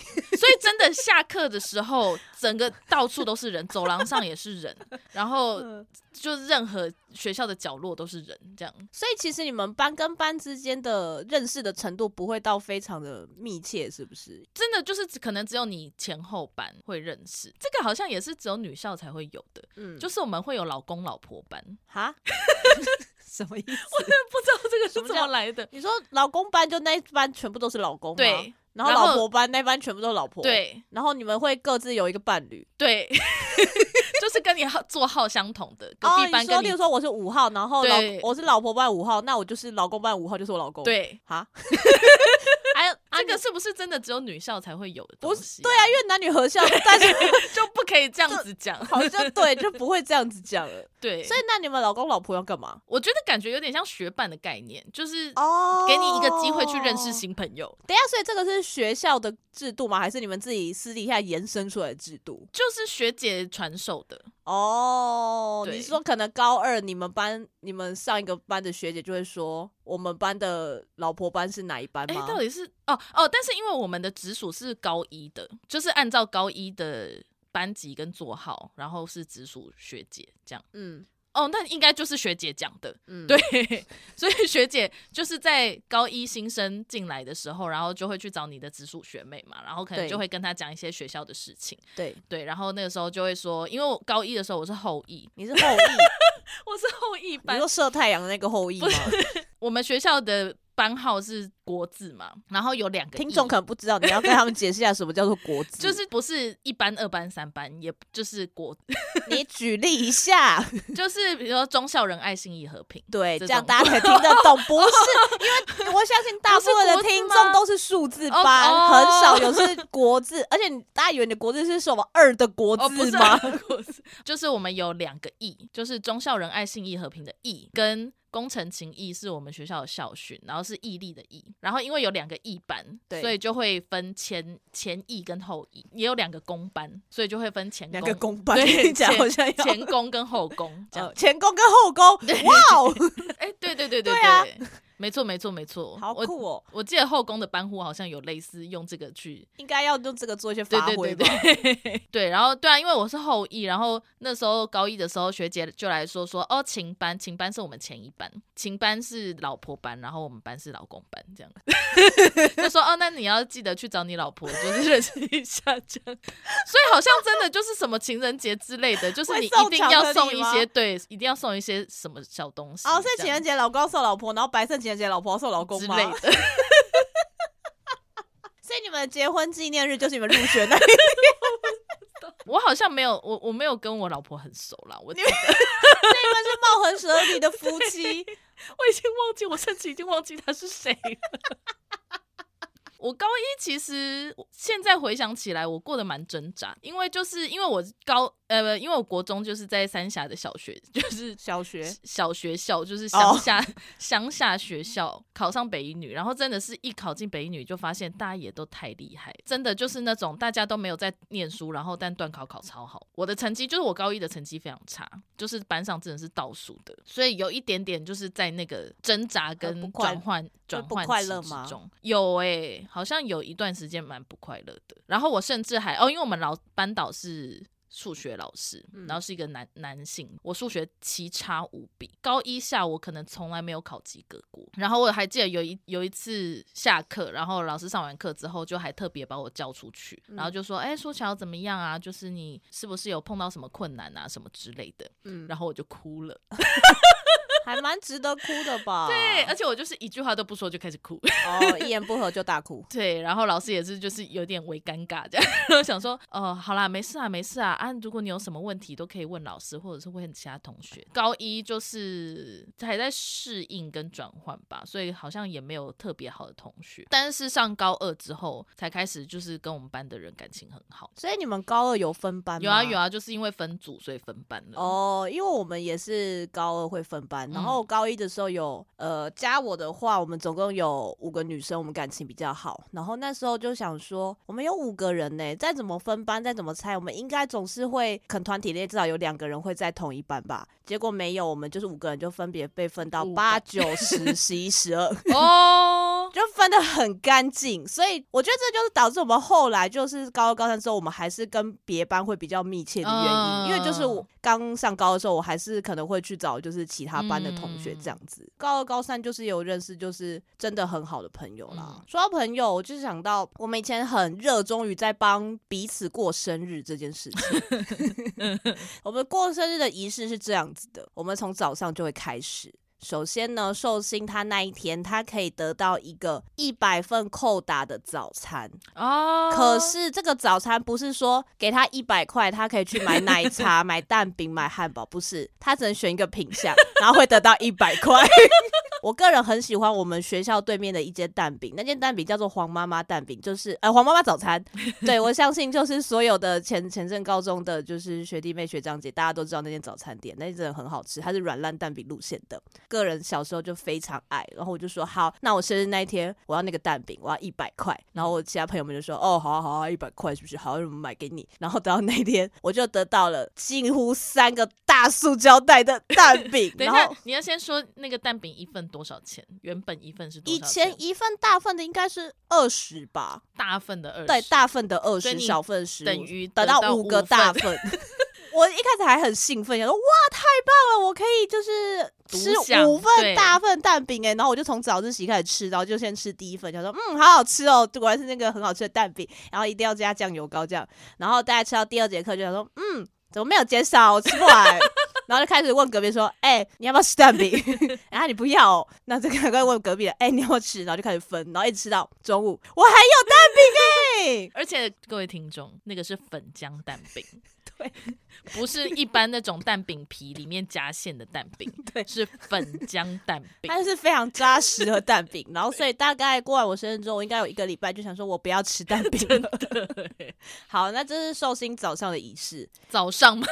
S1: 以真的下课的时候，整个到处都是人，走廊上也是人，然后就是任何学校的角落都是人，这样。
S2: 所以其实你们班跟班之间的认识的程度不会到非常的密切，是不是？
S1: 真的就是只可能只有你前后班会认识，这个好像也是只有女校才会有的，
S2: 嗯，
S1: 就是我们会有老公老婆班，
S2: 哈，什么意思？
S1: 不知道这个
S2: 什
S1: 是
S2: 么
S1: 怎
S2: 叫
S1: 么来的。
S2: 你说老公班就那一班全部都是老公吗，
S1: 对，
S2: 然后
S1: 然后
S2: 老婆班那班全部都是老婆，，
S1: 对，
S2: 然后你们会各自有一个伴侣。
S1: 对， 就是跟你号座号相同的隔
S2: 哦，
S1: 壁班
S2: 你说，
S1: 跟
S2: 例
S1: 你、
S2: 如说我是五号，然后老
S1: 对
S2: 我是老婆班五号，那我就是老公班五号，就是我老公。，
S1: 对，
S2: 哈，还有
S1: 啊这个是不是真的只有女校才会有的东
S2: 不
S1: 西、
S2: 是对啊，，因为男女合校，但是
S1: 就不可以这样子讲。
S2: 好像对就不会这样子讲 了。
S1: 对，
S2: 所以那你们老公老婆要干嘛？
S1: 我觉得感觉有点像学伴的概念，就是
S2: 哦
S1: 给你一个机会去认识新朋友。
S2: 等一下，所以这个是学校的制度吗？还是你们自己私底下延伸出来的制度？
S1: 就是学姐传授的，
S2: 哦，
S1: 对
S2: 你是说可能高二你们班、你们上一个班的学姐就会说，我们班的老婆班是哪一班
S1: 哎、
S2: 吗？
S1: 到底是哦哦，但是因为我们的直属是高一的，就是按照高一的班级跟座号，然后是直属学姐这样。
S2: 嗯
S1: 哦，那应该就是学姐讲的，
S2: 嗯，
S1: 对，所以学姐就是在高一新生进来的时候，然后就会去找你的直属学妹嘛，然后可能
S2: 对
S1: 就会跟她讲一些学校的事情，
S2: 对，
S1: 对，然后那个时候就会说，因为我高一的时候我是后裔，
S2: 你是后 羿，
S1: 我是后裔
S2: 你
S1: 班
S2: 说，射太阳的那个后羿吗？
S1: 我们学校的班号是国字嘛，然后有两个
S2: 听
S1: 裔
S2: 众可能不知道，你要跟他们解释一下什么叫做国 字，
S1: 就是不是一班、二班、三班，也就是国，
S2: 你举例一下，
S1: 就是比如说忠孝仁爱信义和平，
S2: 对，
S1: 这
S2: 这样
S1: 种
S2: 大家才听得懂。不是，因为我相信大部分的听众都是数字
S1: 不是国字吗
S2: 班，
S1: 哦
S2: 很少有是国字，而且你大家以为你的国字是什么二的国
S1: 哦，不
S2: 字
S1: 是
S2: 吗？
S1: 啊不是就是我们有两个义，就是忠孝仁爱信义和平的义，跟工程情义是我们学校的校训，然后是毅力的毅，然后因为有两个义班，
S2: 对
S1: 所以就会分前前义跟后义，也有两个公班，所以就会分前
S2: 两个
S1: 公
S2: 公班，
S1: 对
S2: 听起来
S1: 前
S2: 好像要
S1: 前公跟后 公这样
S2: 呃。前宫跟后宫，哇哦，
S1: 哎、对对对对
S2: 对啊
S1: 没错没错没错，
S2: 好
S1: 我
S2: 酷哦！
S1: 我记得后宫的班呼好像有类似用这个去
S2: 应该要用这个做一些
S1: 对
S2: 发
S1: 对
S2: 挥吧。
S1: 对对 对，然后对啊，因为我是后裔，然后那时候高一的时候，学姐就来说说哦，琴班，琴班是我们前一班，琴班是老婆班，然后我们班是老公班，这样 就说哦，那你要记得去找你老婆，就是认识一下这样。所以好像真的就是什么情人节之类的，就是
S2: 会
S1: 你一
S2: 送
S1: 定
S2: 巧
S1: 要
S2: 克
S1: 送
S2: 力
S1: 一
S2: 吗
S1: 些对，一定要送一些什么小东西这样，
S2: 哦，所以情人节老公要送老婆，然后白色情人节老婆要送老公
S1: 之
S2: 吗？
S1: 类的。
S2: 所以你们结婚纪念日就是你们入学那一
S1: 我好像没有，我我没有跟我老婆很熟啦，我
S2: 你们是貌合神离的夫妻。
S1: 我已经忘记，我甚至已经忘记他是谁了。 我高一其实现在回想起来，我过得蛮挣扎，因为就是因为我高呃，不因为我国中就是在三峡的小学，就是
S2: 小学哦
S1: 小学校，就是乡下 乡、下学校，考上北一女，然后真的是一考进北一女就发现大家也都太厉害，真的就是那种大家都没有在念书，然后但段考考超好。我的成绩就是我高一的成绩非常差，就是班上真的是倒数的，所以有一点点就是在那个挣扎
S2: 很不
S1: 跟
S2: 快
S1: 转换转
S2: 不
S1: 换
S2: 快
S1: 期
S2: 乐
S1: 之
S2: 吗
S1: 中。有诶、好像有一段时间蛮不快乐的。然后我甚至还哦，因为我们老班导是数学老师，
S2: 嗯
S1: 然后是一个男男性，我数学奇差无比。高一下我可能从来没有考及格过。然后我还记得有一有一次下课，然后老师上完课之后，就还特别把我叫出去，然后就说：“哎、说乔怎么样啊？就是你是不是有碰到什么困难啊，什么之类的？”
S2: 嗯，
S1: 然后我就哭了。
S2: 还蛮值得哭的吧？
S1: 对，而且我就是一句话都不说就开始哭。。
S2: 哦，一言不合就大哭
S1: 对，然后老师也是就是有点微尴尬这样， 然后想说，哦，好啦，没事啊，没事啊，啊，如果你有什么问题都可以问老师，或者是问其他同学。高一就是还在适应跟转换吧，所以好像也没有特别好的同学。但是上高二之后才开始就是跟我们班的人感情很好。
S2: 所以你们高二有分班吗？
S1: 有啊有。啊，就是因为分组所以分班了。
S2: 哦，因为我们也是高二会分班，
S1: 嗯
S2: 然后我高一的时候有，呃，加我的话，我们总共有五个女生，我们感情比较好。然后那时候就想说，我们有五个人呢，再怎么分班，再怎么猜，我们应该总是会肯团体内至少有两个人会在同一班吧。结果没有，我们就是五个人就分别被分到
S1: 五个
S2: 八、九、十、十一、十二。
S1: 哦，
S2: 就分的很干净，所以我觉得这就是导致我们后来就是高二、高三之后，我们还是跟别班会比较密切的原因，
S1: 嗯
S2: 因为就是我刚上高的时候，我还是可能会去找就是其他班的同
S1: 嗯
S2: 学这样子。高二、高三就是有认识，就是真的很好的朋友啦。
S1: 嗯
S2: 说到朋友，我就想到我们以前很热衷于在帮彼此过生日这件事情。我们过生日的仪式是这样子的，我们从早上就会开始。首先呢，寿星他那一天他可以得到一个一百份扣打的早餐，
S1: 哦，，
S2: 可是这个早餐不是说给他一百块，他可以去买奶茶、买蛋饼、买汉堡，不是，他只能选一个品相，然后会得到一百块。 我个人很喜欢我们学校对面的一间蛋饼，那间蛋饼叫做黄妈妈蛋饼，就是呃黄妈妈早餐。对我相信就是所有的前前镇高中的就是学弟妹学长姐，大家都知道那间早餐店，那间真的很好吃，它是软烂蛋饼路线的。个人小时候就非常爱，然后我就说好，那我生日那一天我要那个蛋饼，我要一百块。然后我其他朋友们就说哦，好啊好啊，一百块是不是？好，那我们买给你。然后等到那一天，我就得到了近乎三个大塑胶袋的蛋饼
S1: 等一
S2: 然
S1: 下
S2: 后。，
S1: 你要先说那个蛋饼一份多少钱？原本一份是多
S2: 以
S1: 少钱？
S2: 前一份大份的应该是二十吧，
S1: 大份的二十，
S2: 对，大份的二
S1: 所以
S2: 十，
S1: 你
S2: 小份十，
S1: 等于
S2: 得
S1: 得
S2: 到
S1: 到
S2: 五
S1: 五
S2: 个
S1: 份
S2: 大份。 我一开始还很兴奋，想说哇，太棒了，我可以就是
S1: 独
S2: 吃
S1: 享
S2: 五份
S1: 对
S2: 大份蛋饼哎、然后我就从早自习开始吃，然后就先吃第一份，想说嗯，好好吃哦，果然是那个很好吃的蛋饼，然后一定要加酱油膏这样。然后大家吃到第二节课就想说嗯，怎么没有减少，我吃不完。 然后就开始问隔壁说：“哎、你要不要吃蛋饼？” 然后你不要、哦，那这个赶快问隔壁的：“哎、你要不要吃？”然后就开始分，然后一直吃到中午，我还有蛋饼哎、
S1: 而且各位听众，那个是粉浆蛋 饼，
S2: 对，
S1: 不是一般那种蛋饼皮里面夹馅的蛋 饼，
S2: 对
S1: 是粉浆蛋饼。
S2: 它是非常扎实的蛋饼。 然后所以大概过完我生日之后，我应该有一个礼拜就想说我不要吃蛋 饼了。好，那这是寿星早上的仪式。
S1: 早上嘛，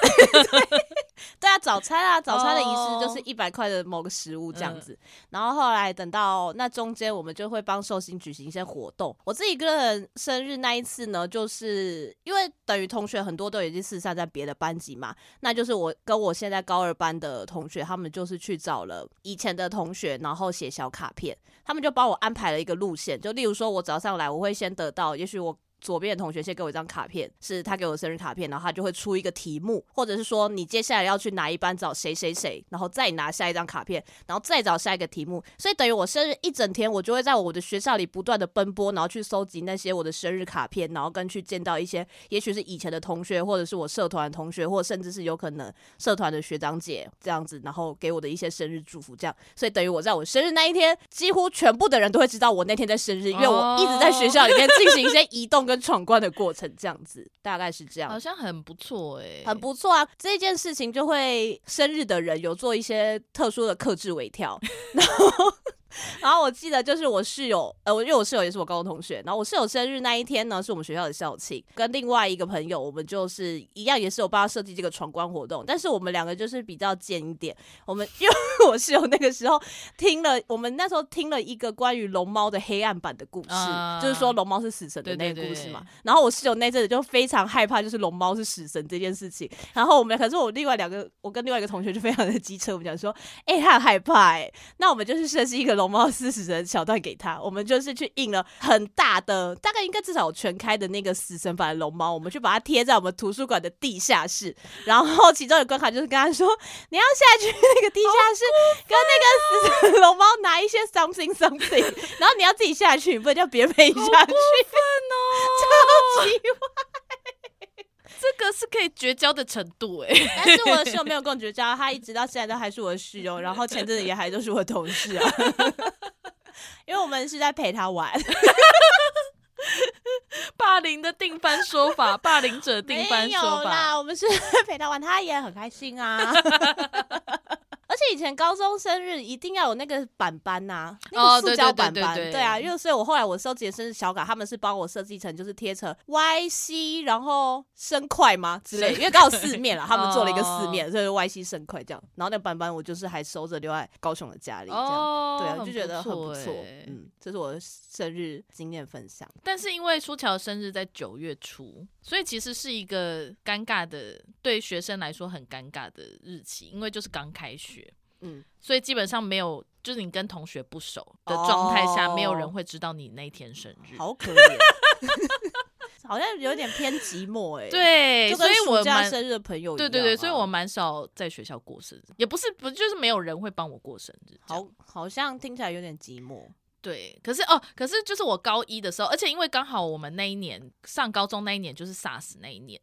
S2: 对啊，早餐啊，早餐的仪式就是
S1: 哦
S2: 一百块的某个食物这样
S1: 嗯
S2: 子。然后后来等到那中间，我们就会帮寿星举行一些活动。我自己个人生日那一次呢，就是因为等于同学很多都已经四散在别的班级嘛，那就是我跟我现在高二班的同学，他们就是去找了以前的同学，然后写小卡片，他们就帮我安排了一个路线，就例如说我早上来，我会先得到，也许我。左边的同学先给我一张卡片，是他给我的生日卡片，然后他就会出一个题目，或者是说你接下来要去哪一班找谁谁谁，然后再拿下一张卡片，然后再找下一个题目。所以等于我生日一整天，我就会在我的学校里不断的奔波，然后去搜集那些我的生日卡片，然后跟去见到一些也许是以前的同学，或者是我社团的同学，或甚至是有可能社团的学长姐这样子，然后给我的一些生日祝福，这样，所以等于我在我生日那一天，几乎全部的人都会知道我那天在生日，因为我一直在学校里面进行一些移动跟闯关的过程，这样子大概是这样
S1: 好。像很不错哎、
S2: 很不错啊！这件事情就会生日的人有做一些特殊的克制微 调，然后。然后我记得就是我室友，呃，我因为我室友也是我高中同学，然后我室友生日那一天呢，是我们学校的校庆，跟另外一个朋友，我们就是一样，也是有帮他设计这个闯关活动，但是我们两个就是比较贱一点，我们因为我室友那个时候听了，我们那时候听了一个关于龙猫的黑暗版的故事，
S1: 啊
S2: 就是说龙猫是死神
S1: 对
S2: 的那
S1: 对
S2: 个故
S1: 对
S2: 事嘛，然后我室友那阵子就非常害怕，就是龙猫是死神这件事情。然后我们，可是我另外两个，我跟另外一个同学就非常的机车，我们讲说，哎、他很害怕、欸，那我们就是设计一个龙猫是死神的桥段给他，我们就是去印了很大的，大概应该至少有全开的那个死神版的龙猫，我们去把它贴在我们图书馆的地下室。然后其中有关卡就是跟他说，你要下去那个地下室，跟那个死神龙猫拿一些 something something，然后 你要自己下去，你不能叫别人陪你下去。超级
S1: 这个是可以绝交的程度哎、
S2: 但是我的室友没有跟我绝交，他一直到现在都还是我的室友，然后前阵子也还都是我的同事啊。 因为我们是在陪他玩，
S1: 霸凌的定番说法，霸凌者定番
S2: 没有
S1: 说法，
S2: 啦，我们是 陪他玩，他也很开 心啊。而且以前高中生日一定要有那个板板呐、那
S1: 哦
S2: 个塑
S1: 对对
S2: 胶
S1: 对
S2: 板
S1: 对
S2: 板，
S1: 对
S2: 对啊，因为所以我后来我收集的生日小卡，他们是帮我设计成就是贴成 Y C，然后生块吗之类的，
S1: 是
S2: 因为刚好四面了，他们做了一个四
S1: 哦
S2: 面，所以 Y C 生块这样。然后那个板板我就是还收着留在高雄的家里这样。
S1: 哦，
S2: 对啊，就觉得很不
S1: 欸
S2: 错。嗯，这是我的生日经验分享。
S1: 但是因为舒乔生日在九月初，所以其实是一个尴尬的，对学生来说很尴尬的日期，因为就是刚开学，
S2: 嗯，
S1: 所以基本上没有，就是你跟同学不熟的状态下，
S2: 哦
S1: 没有人会知道你那天生日。
S2: 好可怜， 好像有点偏寂寞哎、，
S1: 对，
S2: 就
S1: 所
S2: 跟
S1: 以我
S2: 暑假
S1: 蛮
S2: 生日的朋友一样、
S1: 对
S2: 啊。
S1: 对对，所以我蛮少在学校过生日，也不是不就是没有人会帮我过生日。这样
S2: 好好像听起来有点寂寞。
S1: 对，可是哦，可是就是我高一的时候，而且因为刚好我们那一年上高中那一年就是 SARS 那一年，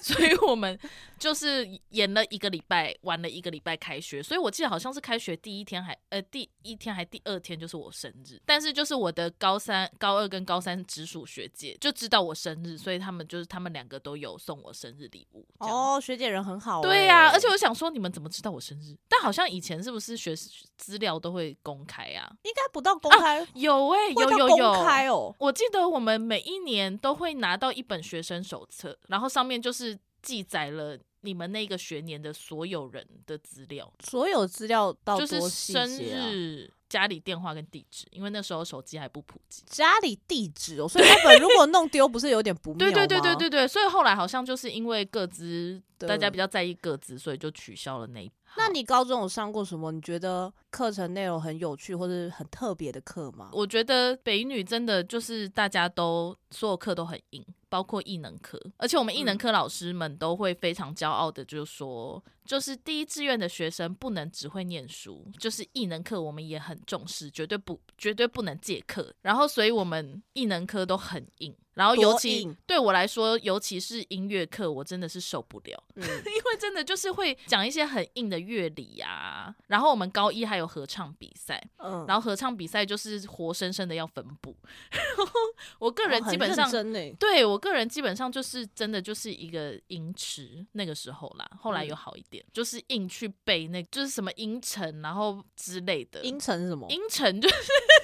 S1: 所以我们就是演了一个礼拜，玩了一个礼拜开学，所以我记得好像是开学第一天还呃第一天还第二天就是我生日，但是就是我的高三、高二跟高三直属学姐就知道我生日，所以他们就是他们两个都有送我生日礼物。这样
S2: 哦，学姐人很好、欸。
S1: 对啊呀、而且我想说，你们怎么知道我生日？但好像以前是不是学资料都会公开啊？
S2: 应该不到公开，
S1: 有哎、
S2: 会
S1: 有
S2: 到
S1: 有有
S2: 公开哦。
S1: 我记得我们每一年都会拿到一本学生手册，然后上面就是记载了你们那个学年的所有人的资料，
S2: 所有资料到
S1: 就
S2: 多
S1: 是
S2: 细
S1: 生
S2: 节啊。
S1: 日、家里电话跟地址，因为那时候手机还不普及。
S2: 家里地址哦，所以那本如果弄丢，不是有点不妙
S1: 对
S2: 吗？
S1: 对对对对对，所以后来好像就是因为各自
S2: 对
S1: 大家比较在意各自，所以就取消了那一。
S2: 那
S1: 好
S2: 你高中有上过什么你觉得课程内容很有趣或者很特别的课吗？
S1: 我觉得北女真的就是大家都所有课都很硬，包括艺能科，而且我们艺
S2: 嗯
S1: 能科老师们都会非常骄傲的，就是说，就是第一志愿的学生不能只会念书，就是艺能课我们也很重视，绝对不绝对不能借课。然后，所以我们艺能科都很硬，然后尤
S2: 多
S1: 其
S2: 硬
S1: 对我来说，尤其是音乐课，我真的是受不了。
S2: 嗯，
S1: 因为真的就是会讲一些很硬的乐理啊，然后我们高一还有合唱比赛，
S2: 嗯
S1: 然后合唱比赛就是活生生的要分布。然 后我个
S2: 个
S1: 人基本上，
S2: 哦真欸呢，
S1: 对我个人基本上就是真的就是一个音池，那个时候啦，后来
S2: 嗯
S1: 有好一点，就是硬去背那，就是什么音程，然后之类的。
S2: 音程是什么？
S1: 音程就是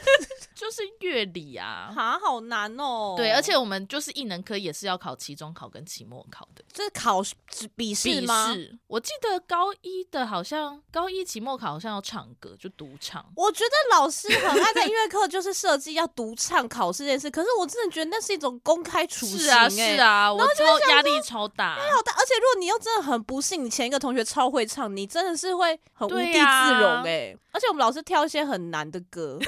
S1: 就是乐理啊。
S2: 哈，好难哦。
S1: 对，而且我们就是艺能科也是要考期中考跟期末考的
S2: 这是考试笔试
S1: 笔
S2: 吗？
S1: 试。我记得高一的好像高一期末考好像要唱歌，就独唱。
S2: 我觉得老师很爱在音乐课就是设计要独唱考试这件事，可是我真的觉得那是一种公开处刑、欸
S1: 是啊是，啊，我超压力超大。
S2: 好大。而且如果你又真的很不幸，你前一个同学超会唱，你真的是会很无地
S1: 对啊
S2: 自
S1: 呀
S2: 容哎、而且我们老师挑一些很难的歌，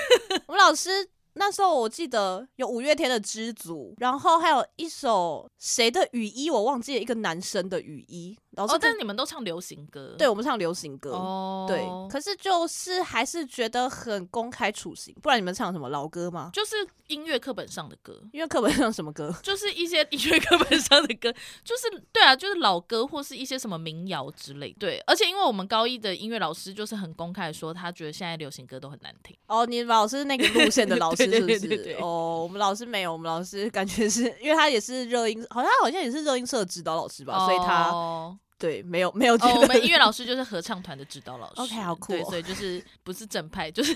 S2: 我们老师。那时候我记得有五月天的《知足》，然后还有一首谁的雨衣，我忘记了一个男生的雨衣，老师
S1: 哦，
S2: 跟、
S1: 但是你们都唱流行歌，
S2: 对我们唱流行歌。
S1: 哦，
S2: 对，可是就是还是觉得很公开处刑，不然你们唱什么老歌吗？
S1: 就是音乐课本上的歌，
S2: 因为课本上什么歌？
S1: 就是一些音乐课本上的歌，就是对啊，就是老歌或是一些什么民谣之类。对，而且因为我们高一的音乐老师就是很公开地说，他觉得现在流行歌都很难听。
S2: 哦，你们老师那个路 线的老师
S1: 对对
S2: 是不
S1: 对
S2: 是？
S1: 对对
S2: 哦，我们老师没有，我们老师感觉是因为他也是热音，好像好像也是热音社的指导老师吧，所以他
S1: 哦
S2: 对没有没有觉
S1: 哦，我们
S2: 得
S1: 音乐老师就是合唱团的指导老师。
S2: OK，好酷哦
S1: 对，所以就是不是正派， 就是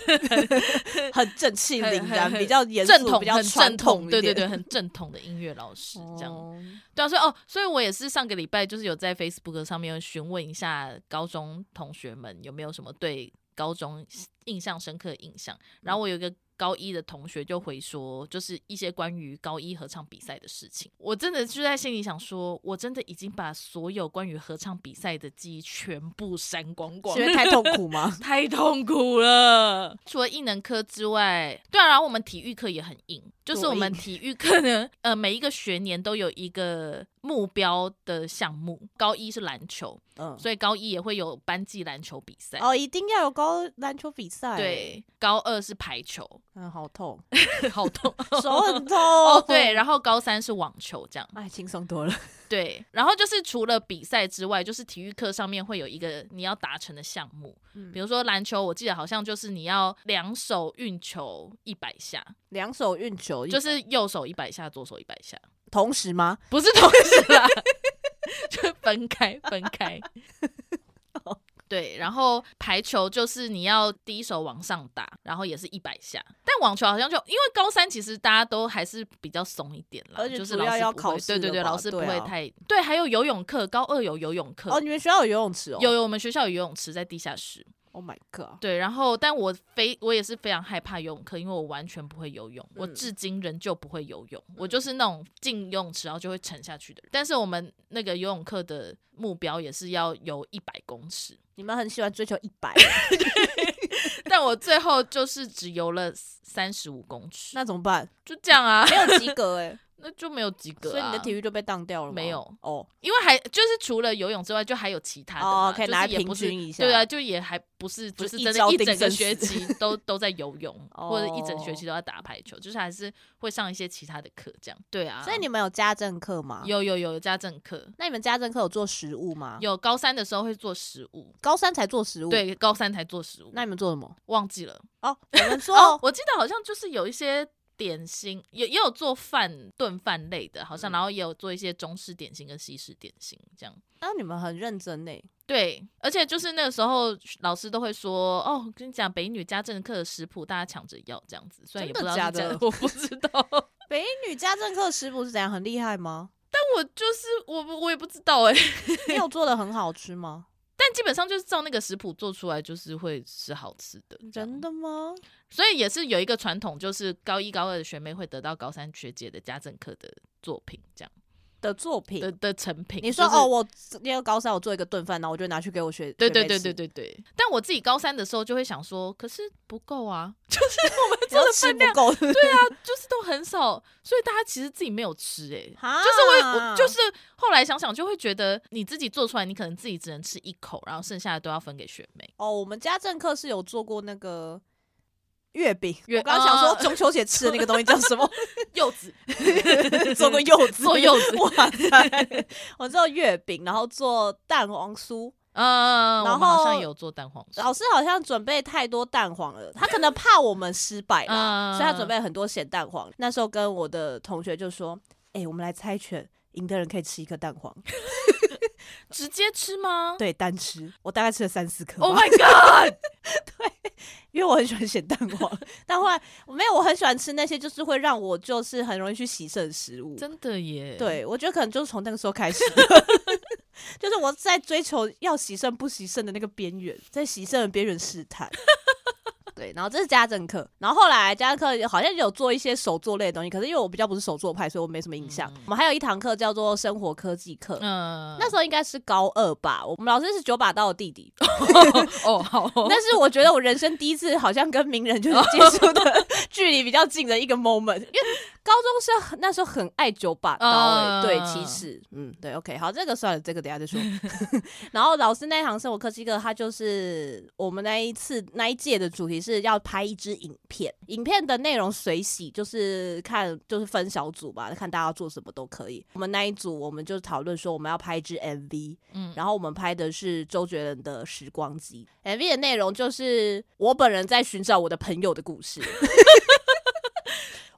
S2: 很正气
S1: 很
S2: 凛
S1: 很
S2: 然，
S1: 很
S2: 比较严
S1: 正
S2: 肃，
S1: 统，
S2: 比较
S1: 很
S2: 传
S1: 正
S2: 统
S1: 统，
S2: 一
S1: 对对
S2: 点，
S1: 对，很正统的音乐老师这样。
S2: 哦
S1: 对啊，所以哦，所以我也是上个礼拜就是有在 Facebook 上面询问一下高中同学们有没有什么对高中印象深刻的印象，然后我有一个。高一的同学就回说，就是一些关于高一合唱比赛的事情。我真的就在心里想说，我真的已经把所有关于合唱比赛的记忆全部删光光？
S2: 是，因为太痛苦吗
S1: 太痛苦了。除了艺能科之外，对啊，然后我们体育课也很硬，就是
S2: 多
S1: 我们
S2: 硬
S1: 体育课 呢，呃，每一个学年都有一个目标的项目。高一是篮球，
S2: 嗯，
S1: 所以高一也会有班级篮球比赛。
S2: 哦，一定要有高篮球比赛，，
S1: 对，高二是排球，
S2: 嗯，好 痛，
S1: 好痛
S2: 手很 痛，
S1: 哦
S2: 哦。
S1: 对，然后高三是网球，这样
S2: 哎，轻松多了。
S1: 对。然后就是除了比赛之外，就是体育课上面会有一个你要达成的项目，
S2: 嗯
S1: 比如说篮球，我记得好像就是你要两手运球一百下，
S2: 两手运球，
S1: 就
S2: 就是
S1: 是右手一百下，左手一百下，
S2: 同时吗？
S1: 不是同时 啦，就是分开分开。
S2: 哦
S1: 对，然后排球就是你要第一手往上打，然后也是一百下。但网球好像就因为高三，其实大家都还是比较松一点啦，
S2: 而且
S1: 就是
S2: 主
S1: 老
S2: 要
S1: 师
S2: 要
S1: 不
S2: 考
S1: 会，
S2: 试
S1: 对对
S2: 了
S1: 对，
S2: 吧
S1: 老师不
S2: 对
S1: 会
S2: 啊
S1: 太对。还有游泳课，高二有游泳课，
S2: 哦，你们学校有游泳池哦？
S1: 有有我们学校有游泳池在地下室。
S2: ，Oh my god！
S1: 对，然后但我非我也是非常害怕游泳课，因为我完全不会游泳，我
S2: 嗯
S1: 至今仍旧不会游泳，我就是那种进游泳池然后就会沉下去的人。但是我们那个游泳课的目标也是要游一百公尺，
S2: 你们很喜欢追求一 百，
S1: 但我最后就是只游了三十五公尺，
S2: 那怎么办？
S1: 就这样啊，
S2: 没有及格哎，
S1: 那就没有及格、啊。
S2: 所以你的体育就被当掉了吗？
S1: 没有
S2: 哦，
S1: 因为还就是除了游泳之外，就还有其他的嘛
S2: 哦可
S1: 就
S2: 以
S1: 是
S2: 拿来
S1: 也不是
S2: 平均一下
S1: 对啊，就也还不是就
S2: 不
S1: 是
S2: 是一
S1: 真的，
S2: 招
S1: 一
S2: 定
S1: 整个
S2: 生
S1: 学
S2: 死
S1: 期都都在游泳，或者一整学
S2: 哦
S1: 期都在打排球，就是还是会上一些其他的课这样。对啊，
S2: 所以你们有家政课吗？。
S1: 有有有有家政课，
S2: 那你们家政课有做食物吗？。
S1: 有高三的时候会做食物，
S2: 高三才做食物。。
S1: 对，高三才做食物，
S2: 那你们做什么？
S1: 忘记了
S2: 哦，我们
S1: 哦
S2: 做，
S1: 我记得好像就是有一些。点心也也有做饭炖饭类的，好像，
S2: 嗯
S1: 然后也有做一些中式点心跟西式点心这样。
S2: 那啊你们很认真呢。
S1: 对，而且就是那个时候，老师都会说：“哦，跟你讲，北一女家政课的食谱，大家抢着要这样子。”虽然也不
S2: 真
S1: 知道是
S2: 的假
S1: 真
S2: 的
S1: 我不知道。 但
S2: 北一女家政课食谱是怎样？很厉害 吗？
S1: 我就是我不，我也不知道 哎、
S2: 你有做的很好吃吗？
S1: 但基本上就是照那个食谱做出来，就是会是好吃的。这样
S2: 真，的吗？
S1: 所以也是有一个传统，就是高一高二的学妹会得到高三学姐的家政课的作品，这样
S2: 的作
S1: 的
S2: 品。
S1: 的成品。
S2: 你说
S1: 就是
S2: 哦，我那个高三我做一个炖饭，然后我就拿去给我学。
S1: 对
S2: 学
S1: 对
S2: 妹
S1: 对
S2: 吃
S1: 对对对。但我自己高三的时候就会想说，可是不够啊，
S2: 然后吃不够，对 啊，
S1: 就是都很少，所以大家其实自己没有吃哎、
S2: 就是
S1: 我就是
S2: 嗯
S1: 后来想想，就会觉得你自己做出来，你可能自己只能吃一口，然后剩下的都要分给学 妹。
S2: 哦，我们家政课是有做过那个月饼，
S1: 月
S2: 我刚刚想说
S1: 啊
S2: 中秋节吃的那个东西叫 什么？
S1: 柚子，
S2: 做 过柚子，
S1: 做柚子
S2: 哇塞！我做月饼，然后做蛋黄酥。
S1: 嗯，
S2: 然
S1: 我们好像
S2: 后
S1: 有做蛋黄酥，
S2: 老师好像准备太多蛋黄了，他可能怕我们失败啦，
S1: 嗯
S2: 所以他准备很多咸蛋黄。那时候跟我的同学就说：“哎、我们来猜拳。”赢的人可以吃一颗 蛋黄，
S1: 直接吃吗？
S2: 对，单吃。我大概吃了三四颗吧。
S1: ，Oh my god！
S2: 因为我很喜欢咸蛋黄，但后来我没有，我很喜欢吃那些就是会让我就是很容易去洗肾的食物。
S1: 真的耶，，
S2: 对，我觉得可能就是从那个时候开始， 就是我在追求要洗肾不洗肾的那个边缘，在洗肾的边缘试探。 对，然后这是家政课，然后后来家政课好像有做一些手作类的东西，可是因为我比较不是手作派，所以我没什么印象。
S1: 嗯
S2: 我们还有一堂课叫做生活科技课，
S1: 嗯，
S2: 那时候应该是高二吧，我们老师是九把刀的弟弟，
S1: 哦好哦，
S2: 但是我觉得我人生第一次好像跟名人就是接触的距离比较近的一个 moment，因为高中生很那时候很爱九把刀、欸，
S1: 嗯
S2: 对，其实，嗯，对，OK，好，这个算了，这个等一下再说。 然后老师那一堂生活科技课，他就是我们那一次那一届的主题是要拍一支影片，影片的内容随喜，就是看就是分小组吧，看大家要做什么都可以。我们那一组我们就讨论说我们要拍一支 MV，
S1: 嗯
S2: 然后我们拍的是周杰伦的《时光机》MV 的内容就是我本人在寻找我的朋友的故事。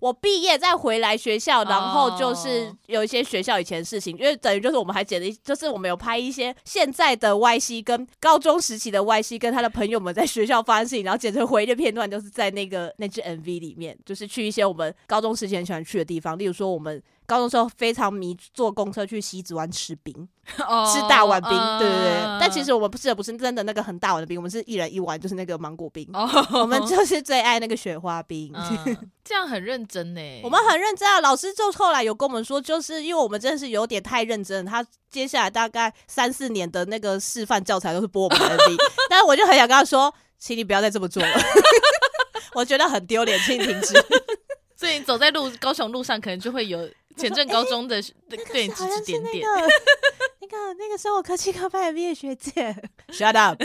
S2: 我毕业再回来学校，然后就是
S1: 哦
S2: 有一些学校以前的事情，因为等于就是我们还剪了一，就是我们有拍一些现在的 Y C 跟高中时期的 Y C 跟他的朋友们在学校发生事情，然后剪成回忆的片段，就是在那个那支 M V 里面，就是去一些我们高中时期很喜欢去的地方，例如说我们。高中时候非常迷坐公车去西子湾吃冰，
S1: 哦
S2: 吃大碗冰，
S1: 嗯
S2: 对对对。但其实我们不吃的不是真的那个很大碗的冰，我们是一人一碗，就是那个芒果冰。
S1: 哦，
S2: 我们就是最爱那个雪花冰。
S1: 嗯这样很认真呢。
S2: 我们很认真啊，老师就后来有跟我们说，就是因为我们真的是有点太认真了，他接下来大概三四年的那个示范教材都是播我们 的 MV，但是我就很想跟他说，请你不要再这么做了， 我觉得很丢脸，请你停止。
S1: 所以你走在路高雄路上，可能就会
S2: 哎
S1: 有前镇高中的对对你指指点点。
S2: 那个那个那个生活科技科班的毕业学姐，shut up。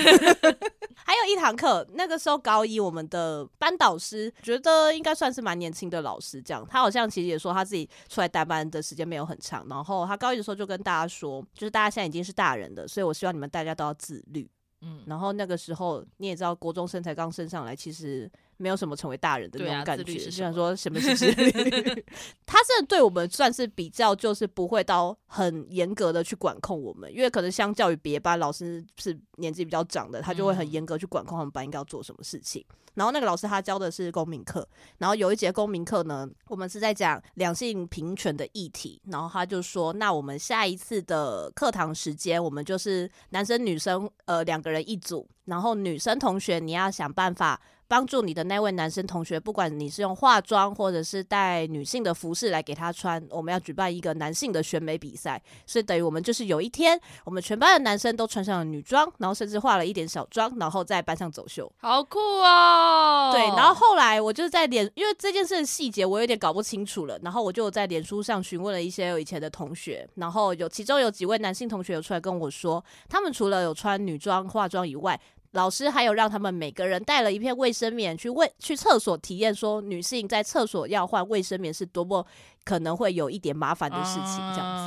S2: 还有一堂课，那个时候高一，我们的班导师觉得应该算是蛮年轻的老师，这样他好像其实也说他自己出来带班的时间没有很长，然后他高一的时候就跟大家说，就是大家现在已经是大人了，所以我希望你们大家都要自律。
S1: 嗯，
S2: 然后那个时候你也知道，国中生才刚升上来，其实没有什么成为大人的那
S1: 对啊
S2: 种感
S1: 自律
S2: 觉。
S1: 是
S2: 虽
S1: 什
S2: 然
S1: 么
S2: 说什么是自律， 他真的对我们算是比较，就是不会到很严格的去管控我们，因为可能相较于别班老师是年纪比较长的，他就会很
S1: 嗯
S2: 严格去管控他们班应该要做什么事情。然后那个老师他教的是公民课，然后有一节公民课呢，我们是在讲两性平权的议题，然后他就说，那我们下一次的课堂时间，我们就是男生女生呃两个人一组，然后女生同学你要想办法。帮助你的那位男生同学，不管你是用化妆或者是带女性的服饰来给他穿，我们要举办一个男性的选美比赛，所以等于我们就是有一天，我们全班的男生都穿上了女装，然后甚至化了一点小妆，然后在班上走秀。
S1: 好酷哦。
S2: 对，然后后来我就在脸，因为这件事的细节我有点搞不清楚了，然后我就在脸书上询问了一些我以前的同学，然后有其中有几位男性同学有出来跟我说，他们除了有穿女装、化妆以外，老师还有让他们每个人带了一片卫生棉去卫去厕所体验，说女性在厕所要换卫生棉是多么可能会有一点麻烦的事情，这样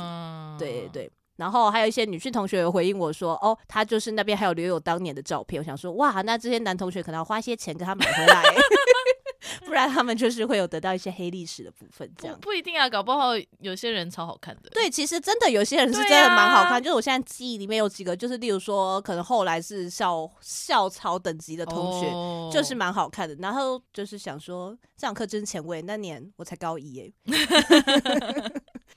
S1: 子
S2: 子。对对。对。然后还有一些女性同学有回应我说：“哦，他就是那边还有留有当年的照片。”我想说，哇，那这些男同学可能要花一些钱给他买回来， 不然他们就是会有得到一些黑历史的部分。这
S1: 不
S2: 样
S1: 不一定啊，搞不好有些人超好看的。
S2: 对，其实真的有些人是
S1: 对
S2: 真的蛮好看，
S1: 啊
S2: 就是我现在记忆里面有几个，就是例如说，可能后来是校校草等级的同学，
S1: 学
S2: 就是蛮好看的。然后就是想说，这堂课真前卫。那年我才高一耶，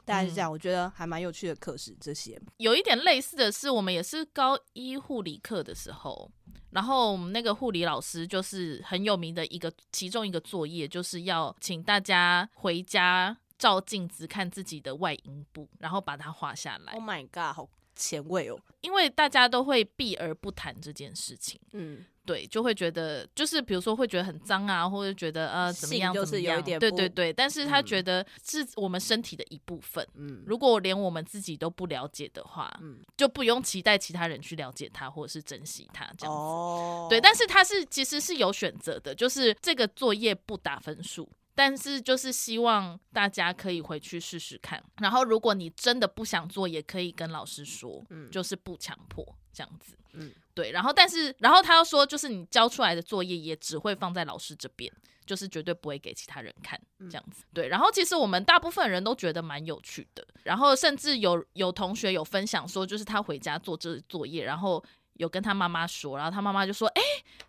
S2: 大概是
S1: 嗯
S2: 这样。我觉得还蛮有趣的课是这些。
S1: 有一点类似的是，我们也是高一护理课的时候，然后我们那个护理老师就是很有名的一个，其中一个作业就是要请大家回家照镜子看自己的外阴部，然后把它画下来
S2: Oh，my god，好前卫哦。
S1: 因为大家都会避而不谈这件事情。
S2: 嗯，
S1: 对，就会觉得就是比如说会觉得很脏啊，或者觉得呃怎么
S2: 性
S1: 样
S2: 就
S1: 怎么
S2: 是有一
S1: 样
S2: 点
S1: 对
S2: 不
S1: 对对，但是他
S2: 嗯
S1: 觉得是我们身体的一部分。
S2: 嗯
S1: 如果连我们自己都不了解的话，
S2: 嗯
S1: 就不用期待其他人去了解他或者是珍惜他这样子。
S2: 哦
S1: 对，但是他是其实是有选择的，就是这个作业不打分数。但是就是希望大家可以回去试试看，然后如果你真的不想做，也可以跟老师说，
S2: 嗯
S1: 就是不强迫这样子，
S2: 嗯
S1: 对。然后但是，然后他又说，就是你交出来的作业也只会放在老师这边，就是绝对不会给其他人看
S2: 嗯
S1: 这样子。对，然后其实我们大部分人都觉得蛮有趣的，然后甚至有有同学有分享说，就是他回家做这作业，然后。有跟他妈妈说，然后他妈妈就说：“哎、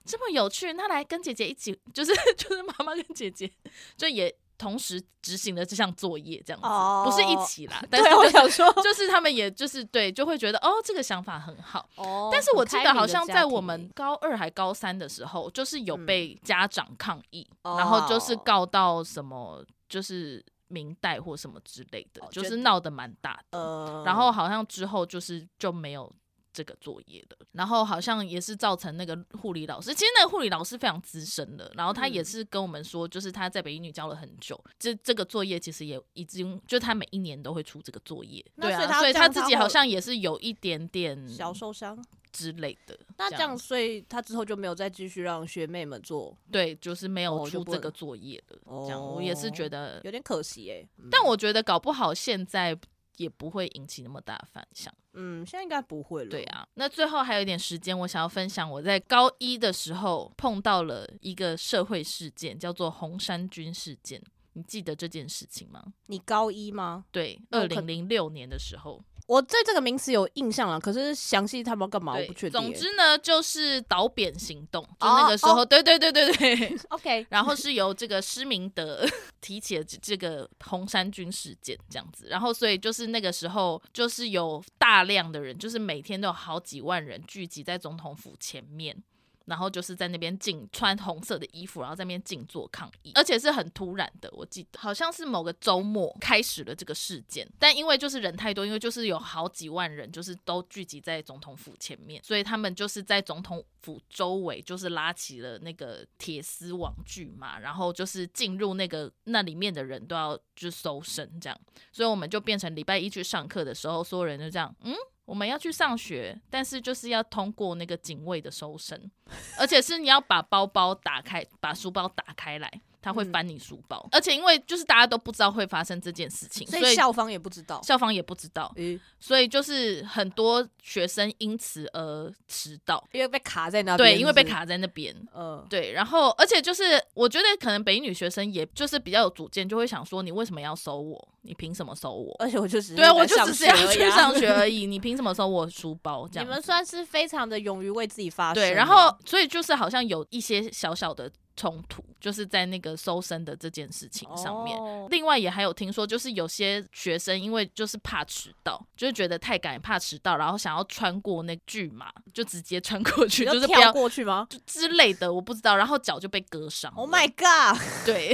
S1: 这么有趣，那来跟姐姐一起，就是 就是妈妈跟姐姐 就也同时执行了这项作业，这样子、
S2: 哦
S1: 不是一起 啦，但是
S2: 对，我
S1: 就是
S2: 想说，
S1: 就是他们也就是对，就会觉得哦，这个想法很好。
S2: 哦
S1: 但是我记得好像在我们高二还高三的时候，就是有被家长抗议，
S2: 嗯哦
S1: 然后就是告到什么就是明代或什么之类的，
S2: 哦
S1: 就
S2: 觉
S1: 是
S2: 得
S1: 闹得蛮大的。
S2: 呃
S1: 然后好像之后就是就没有这个作业的。然后好像也是造成那个护理老师，其实那个护理老师非常资深的，然后他
S2: 嗯
S1: 也是跟我们说，就是他在北一女教了很久，这这个作业其实也已经，就他每一年都会出这个作业，
S2: 那
S1: 对
S2: 所以
S1: 啊，
S2: 他
S1: 所以
S2: 这
S1: 他
S2: 样
S1: 自
S2: 他
S1: 己
S2: 会
S1: 好像也是有一点点
S2: 小受伤。
S1: 之类的。
S2: 那
S1: 这
S2: 这
S1: 样
S2: 样，所以他之后就没有再继续让学妹们做，
S1: 对，就是没有
S2: 哦就
S1: 出
S2: 不
S1: 这
S2: 能
S1: 个作业了。
S2: 哦
S1: 呃这样，我也是觉得，
S2: 有点可惜哎、
S1: 但我觉得搞不好现在也不会引起那么大反响。
S2: 嗯，现在应该不会了。
S1: 对，啊，那最后还有一点时间，我想要分享我在高一的时候碰到了一个社会事件，叫做红衫军事件。你记得这件事情吗？
S2: 你高一吗？
S1: 对，
S2: 那
S1: 二
S2: 我可
S1: 零零六年的时候，
S2: 我对这个名词有印象了，可是详细他们要干嘛我
S1: 对
S2: 不确，定欸、
S1: 总之呢，就是倒扁行动，就那个时候，
S2: 哦
S1: 对对对对对，
S2: ，OK，
S1: 然后是由这个施明德 提起了这这个红衫军事件这样子，然后所以就是那个时候就是有大量的人，就是每天都有好几万人聚集在总统府前面。然后就是在那边静穿红色的衣服，然后在那边静坐抗议，而且是很突然的。我记得好像是某个周末开始了这个事件，但因为就是人太多，因为就是有好几万人，就是都聚集在总统府前面，所以他们就是在总统府周围就是拉起了那个铁丝网锯嘛，然后就是进入那个那里面的人都要就搜身这样，所以我们就变成礼拜一去上课的时候，所有人就这样，嗯。我们要去上学，但是就是要通过那个警卫的搜身，而且是你要把包包打开，把书包打开来，他会
S2: 嗯
S1: 翻你书包。而且因为就是大家都不知道会发生这件事情，所
S2: 所
S1: 以
S2: 以校方也不知道。
S1: 校方也不知道，
S2: 诶、
S1: 所以就是很多学生因此而迟到。
S2: 因为被卡在那边，
S1: 对，因为被
S2: 是不是，
S1: 卡在那边。
S2: 呃，
S1: 对，然后而且就是，我觉得可能北一女学生也就是比较有主见，就会想说，你为什么要收我？你凭什么收我？
S2: 而且我就只是
S1: 对，啊我
S2: 在
S1: 就
S2: 上
S1: 只是
S2: 学
S1: 要
S2: 而已
S1: 去
S2: 啊
S1: 上学 而已，你凭什么收我书包？这样
S2: 你们
S1: 子
S2: 算是非常的勇于为自己发声欸。
S1: 对，然后所以就是好像有一些小小的冲突，就是在那个搜身的这件事情上面。
S2: 哦
S1: 另外也还有听说，就是有些学生因为就是怕迟到，就是觉得太赶，怕迟到，然后想要穿过那巨马，就直接穿过去，
S2: 你
S1: 就是不
S2: 跳
S1: 要
S2: 过 去吗
S1: 就之类的，我不知道。然后脚就被割伤了。
S2: ？Oh my god！
S1: 对，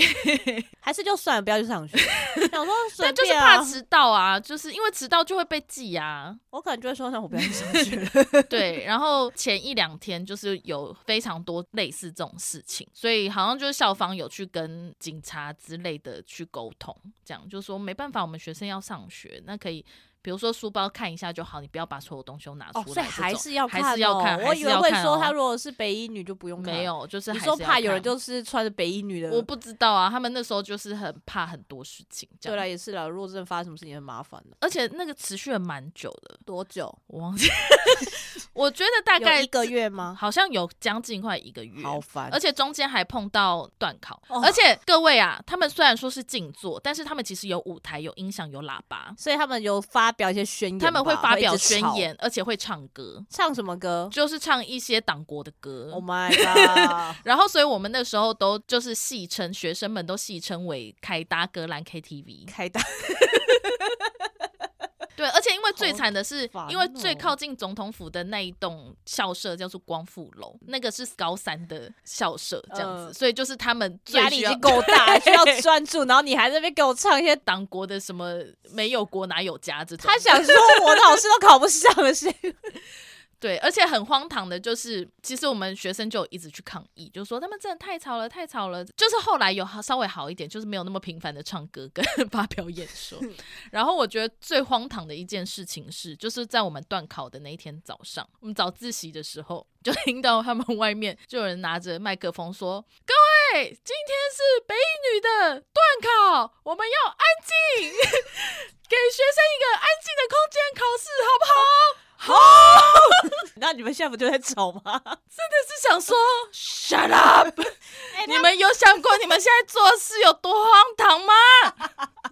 S2: 还是就算了，不要去上学。想说 随
S1: 但就是
S2: 便
S1: 怕
S2: 啊，
S1: 迟到啊，就是因为迟到就会被记啊。
S2: 我可能就会说，那我不要去 上学了。
S1: 对，然后前一两天就是有非常多类似这种事情，所以好像就是校方有去跟警察之类的去沟通，这样就说没办法，我们学生要上学，那可以。比如说书包看一下就好，你不要把所有东西都拿出
S2: 哦
S1: 来，这
S2: 所
S1: 种、
S2: 以还是要看、哦，
S1: 还是要看，
S2: 我
S1: 还是
S2: 以为
S1: 要
S2: 会
S1: 看
S2: 说，
S1: 哦
S2: 他如果是北一女就不用看。
S1: 没有，就是
S2: 你
S1: 还
S2: 说
S1: 是要
S2: 怕有人
S1: 看哦
S2: 就是穿着北一女的，
S1: 我不知道啊，他们那时候就是很怕很多事情，这样
S2: 对了，也是了。如果真的发生什么事情，很麻烦的。
S1: 而且那个持续了蛮久的，
S2: 多久？
S1: 我忘 记，我觉得大
S2: 有
S1: 概
S2: 一个月吗？
S1: 好像有将近快一个月，
S2: 好烦
S1: 而。且中间还碰到断考，
S2: 啊哦
S1: 而且各位啊，他们虽然说是静坐，但是他们其实有舞台、有音响、有喇叭，
S2: 所以他们有发表一些宣言吧，
S1: 他们会发
S2: 一
S1: 表
S2: 直
S1: 宣
S2: 吵，
S1: 言，而且会唱歌，
S2: 唱什么歌
S1: 就是唱一些党国的歌。
S2: ？Oh my god！
S1: 然后，所以我们那时候都就是戏称学生们都戏称为“凯达格兰 KTV”。
S2: 开大
S1: 对，而且因为最
S2: 好
S1: 惨的是，
S2: 烦
S1: 因为最
S2: 哦
S1: 靠近总统府的那一栋校舍叫做光复楼，那个是高三的校舍，这样子，
S2: 嗯
S1: 所以就是他们最
S2: 压力
S1: 需
S2: 已
S1: 要
S2: 经够大， 还需要专注，然后你还在那边给我唱一些。
S1: 党国的什么没有国哪有家这种
S2: 他，想说我的老师都考不上了，是？
S1: 对，而且很荒唐的就是，其实我们学生就有一直去抗议，就说他们真的太吵了，太吵了。就是后来有好稍微好一点，就是没有那么频繁的唱歌跟 发表演说。然后我觉得最荒唐的一件事情是，就是在我们断考的那一天早上，我们早自习的时候，就听到他们外面就有人拿着麦克风说：“各位，今天是北一女的断考，我们要安静， 给学生一个安静的空间考试，好不好？”
S2: 那你们现在不就在吵 吗？
S1: 是想说 shut up，你
S2: 哎
S1: 们有想过你们现在做事有多荒唐吗？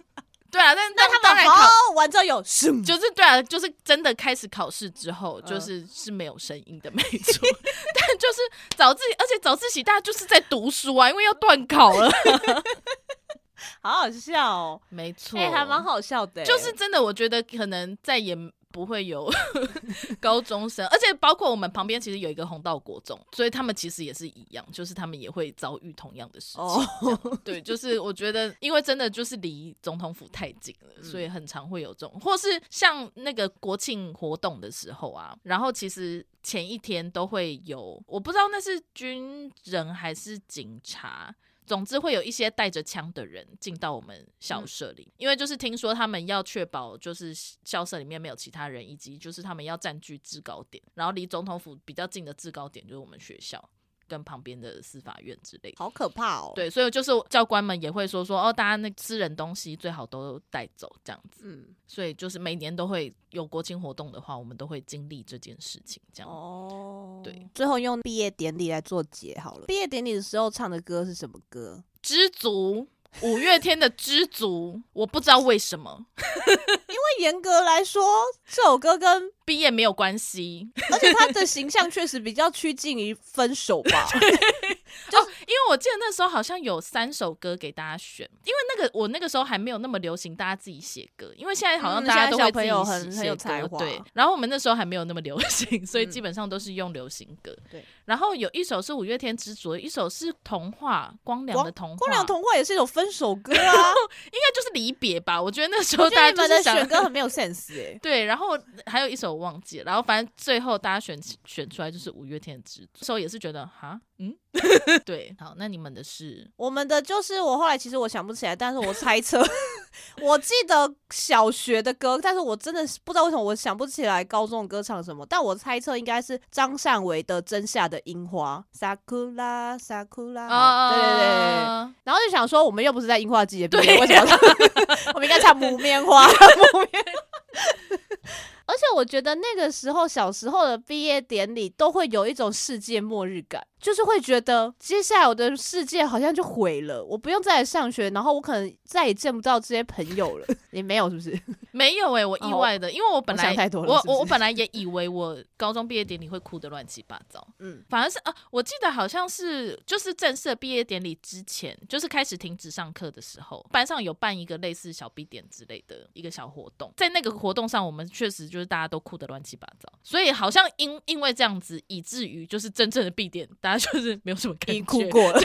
S1: 对啊，但
S2: 那
S1: 但
S2: 他
S1: 当
S2: 们
S1: 然考
S2: 好完之后有什么？
S1: 就是对啊，就是真的开始考试之后，
S2: 嗯
S1: 就是、是没有声音的，没错。 但就是早自习，而且早自习大家就是在读书啊，因为要断考了，
S2: 好好笑哦，哦
S1: 没错，
S2: 哎，还蛮好笑的欸，
S1: 就是真的，我觉得可能再也不会有 高中生，而且包括我们旁边其实有一个红道国中，所以他们其实也是一样，就是他们也会遭遇同样的事情。
S2: 哦，
S1: 对，就是我觉得，因为真的就是离总统府太近了，所以很常会有这种，或是像那个国庆活动的时候啊，然后其实前一天都会有，我不知道那是军人还是警察。总之会有一些带着枪的人进到我们校
S2: 嗯
S1: 舍里，因为就是听说他们要确保就是校舍里面没有其他人，以及就是他们要占据制高点，然后离总统府比较近的制高点就是我们学校跟旁边的司法院之类的。
S2: 好可怕哦。，
S1: 对，所以就是教官们也会说说哦，大家那私人东西最好都带走这样子。
S2: 嗯，
S1: 所以就是每年都会有国庆活动的话，我们都会经历这件事情这样。
S2: 哦，
S1: 对，
S2: 最后用毕业典礼来做结好了。毕业典礼的时候唱的歌是什么歌？
S1: 知足，五月天的知足，我不知道为什么
S2: 那严格来说，这首歌跟
S1: 毕业没有关系，
S2: 而且他的形象确实比较趋近于分手吧。
S1: 因为我记得那时候好像有三首歌给大家选，因为那个我那个时候还没有那么流行大家自己写歌，因为现在好像
S2: 嗯
S1: 大家
S2: 现在
S1: 都
S2: 小
S1: 会自
S2: 朋
S1: 己
S2: 友
S1: 写
S2: 很很
S1: 写
S2: 有才
S1: 歌
S2: 华
S1: 对，然后我们那时候还没有那么流行，所以
S2: 嗯
S1: 基本上都是用流行歌。
S2: 对，
S1: 然后有一首是五月天执着，一首是童话光良的童话，
S2: 光良童话也是一首分手歌啊，
S1: 应该就是离别吧？我觉得那时候
S2: 就
S1: 大家
S2: 是你
S1: 就
S2: 们
S1: 是
S2: 的
S1: 想
S2: 选歌很没有 sense 哎、
S1: 对，然后还有一首我忘记了，然后反正最后大家选选出来就是五月天的执着，那时候也是觉得哈嗯 对，好，那你们的是
S2: 我们的就是我后来其实我想不起来，但是我猜测，我记得小学的歌，但是我真的是不知道为什么我想不起来高中的歌唱什么，但我猜测应该是张善为的《真夏的樱花》，sakura sakura，、对对对对对，
S1: 啊
S2: 然后就想说我们又不是在樱花季节毕
S1: 对
S2: 业，为什么 我们应该唱木 棉花？木棉花。 而且我觉得那个时候小时候的毕业典礼都会有一种世界末日感，就是会觉得接下来我的世界好像就毁了，我不用再来上学，然后我可能再也见不到这些朋友了。也没有是不是？
S1: 没有哎、我意
S2: 哦
S1: 外的，因为我本
S2: 我想
S1: 来
S2: 太多了
S1: 我
S2: 是不
S1: 我
S2: 是
S1: 我本来也以为我高中毕业典礼会哭得乱七八糟，
S2: 嗯，
S1: 反而是啊，我记得好像是就是正式的毕业典礼之前，就是开始停止上课的时候，班上有办一个类似小 B 点之类的一个小活动，在那个活动上，我们确实就是大家都哭得乱七八糟，所以好像因因为这样子，以至于就是真正的 B 点，大家就是没有什么
S2: 已
S1: 感
S2: 经
S1: 觉。
S2: 哭过 了，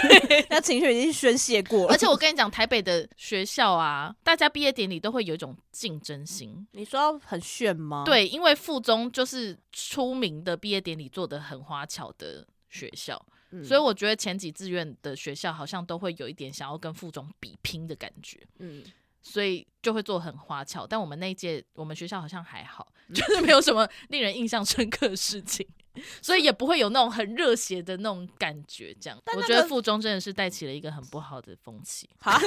S2: 那情绪已经宣泄 过了。
S1: 而且我跟你讲，台北的学校啊，大家毕业典礼都会有一种竞争心，
S2: 你说很炫吗？，
S1: 对，因为附中就是出名的毕业典礼做的很花巧的学校，
S2: 嗯
S1: 所以我觉得前几志愿的学校好像都会有一点想要跟附中比拼的感觉，
S2: 嗯，
S1: 所以就会做得很花巧。但我们那一届我们学校好像还好，
S2: 嗯
S1: 就是没有什么令人印象深刻的事情。所以也不会有那种很热血的那种感觉，这样。
S2: 但
S1: 我
S2: 那
S1: 觉得
S2: 个
S1: 附中真的是带起了一个很不好的风气。
S2: 好，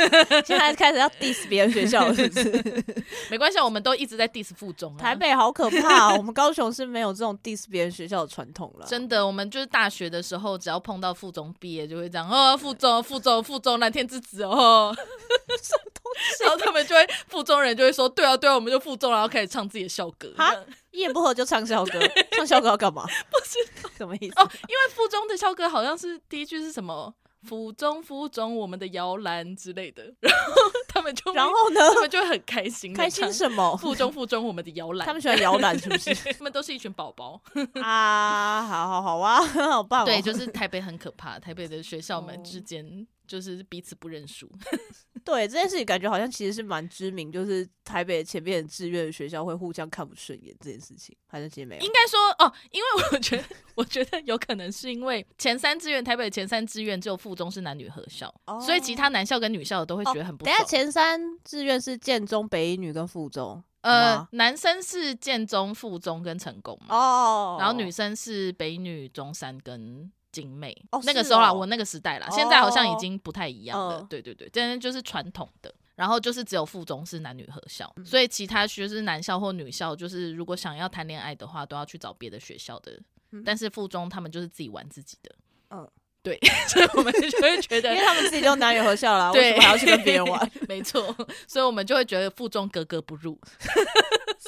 S2: 现在开始要 diss 别人学校了，是不是？
S1: 没关系啊，我们都一直在 diss 附中、啊。
S2: 台北好可怕、我们高雄是没有这种 diss 别人学校的传统了。
S1: 真的，我们就是大学的时候，只要碰到附中毕业，就会这样哦，附中，附中，附中，蓝天之子哦，
S2: 啊
S1: 然后他们就会附中人就会说，对啊，对啊，我们就附中，然后开始唱自己的校歌。
S2: 哈一言不合就 唱校歌，唱校歌要干嘛？不是什么意思？
S1: 哦，因为附中的校歌好像是第一句是什么“附中，附中，我们的摇篮”之类的， 然后他们就
S2: 然后呢？
S1: 他们就会很开心地唱，
S2: 开心什么？
S1: 附中，附中，我们的摇篮。
S2: 他们喜欢摇篮是不 是？
S1: 他们都是一群宝宝，
S2: 啊，好好好啊， 好棒、哦！
S1: 对，就是台北很可怕，台北的学校们
S2: 哦
S1: 之间就是彼此不认输。
S2: 对这件事情，感觉好像其实是蛮知名，就是台北前面的志愿学校会互相看不顺眼这件事情，反正其实没有
S1: 应。该说哦，因为我觉得，我觉得有可能是因为前三志愿，台北的前三志愿只有附中是男女合校，
S2: 哦
S1: 所以其他男校跟女校的都会觉得很不
S2: 等
S1: 爽
S2: 一。下前三志愿是建中、北一女跟附中
S1: 呃
S2: 吗，
S1: 男生是建中、附中跟成功嘛，
S2: 哦，
S1: 嗯然后女生是北女、中山跟。景美、
S2: 哦
S1: 那个
S2: 是
S1: 时候啦，
S2: 哦
S1: 我那个时代啦，
S2: 哦
S1: 现在好像已经不太一样了。
S2: 嗯
S1: 对对对，真的就是传统的。然后就是只有附中是男女合校，
S2: 嗯
S1: 所以其他学是男校或女校，就是如果想要谈恋爱的话，都要去找别的学校的。
S2: 嗯
S1: 但是附中他们就是自己玩自己的。
S2: 嗯，
S1: 对， 所以我们就会觉得
S2: 因为他们自己就男女合校啦，为
S1: 对
S2: 什么还要去跟别人玩？，
S1: 没错，所以我们就会觉得附中格格不入。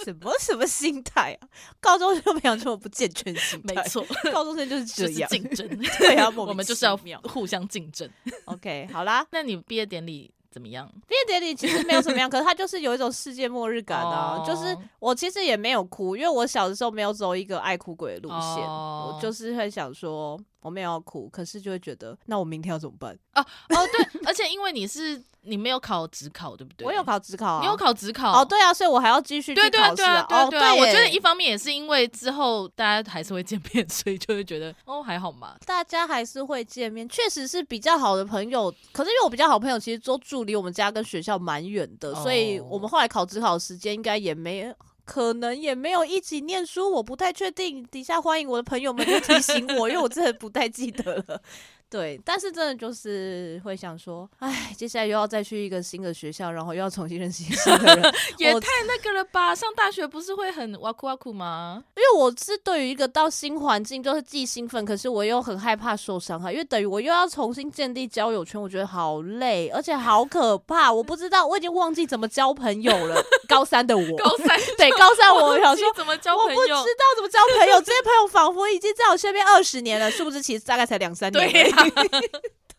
S2: 什么什么心态啊？ 高中就没有这么不健全心态，
S1: 没，错，
S2: 高中生就是
S1: 就
S2: 这
S1: 是
S2: 样。
S1: 竞争。
S2: 对啊莫名
S1: 我们就是要
S2: 其妙
S1: 互相竞争。
S2: OK，好啦，
S1: 那你毕业典礼怎么样？
S2: 毕业典礼其实没有怎么样，可是它就是有一种世界末日感啊。就是
S1: 哦
S2: 我其实也没有哭，因为我小的时候没有走一个爱哭鬼的路线，
S1: 哦
S2: 我就是会想说我没有要哭，可是就会觉得那我明天要怎么办？
S1: 哦，对，而且因为你是你没有考职考，对不对？
S2: 我有，考职考、啊，
S1: 你有考职考
S2: 哦，。对啊，所以我还要继续去
S1: 对对啊
S2: 考试
S1: 对啊对啊
S2: 哦，
S1: 对啊！我觉得
S2: 耶
S1: 一方面也是因为之后大家还是会见面， 所以就会觉得哦还好嘛。
S2: 大家还是会见面，确实是比较好的朋友。可是因为我比较好朋友其实都住离我们家跟学校蛮远的，
S1: 哦
S2: 所以我们后来考职考的时间应该也没。可能也没有一起念书，我不太确定。底下欢迎我的朋友们就提醒我，因为我真的不太记得了。对，但是真的就是会想说，哎，接下来又要再去一个新的学校，然后又要重新认识新的人，
S1: 也
S2: 我
S1: 太那个了吧？上大学不是会很哇酷哇酷吗？
S2: 因为我是对于一个到新环境，就是既兴奋，可是我又很害怕受伤害，因为等于我又要重新建立交友圈，我觉得好累，而且好可怕。我不知道，我已经忘记怎么交朋友了。高三 的我，
S1: 高三
S2: 对高三我
S1: 我
S2: 想说，
S1: 怎么交
S2: 我
S1: 朋
S2: 不知
S1: 友
S2: 道？怎么交朋友，这些朋友仿佛已经在我身边二十年了，殊不知其实大概才两三年而已。
S1: 对呀、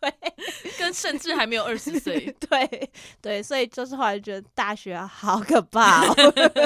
S2: 对
S1: 跟甚至还没有二十岁。
S2: 对对，所以就是后来觉得大学啊好可怕、哦，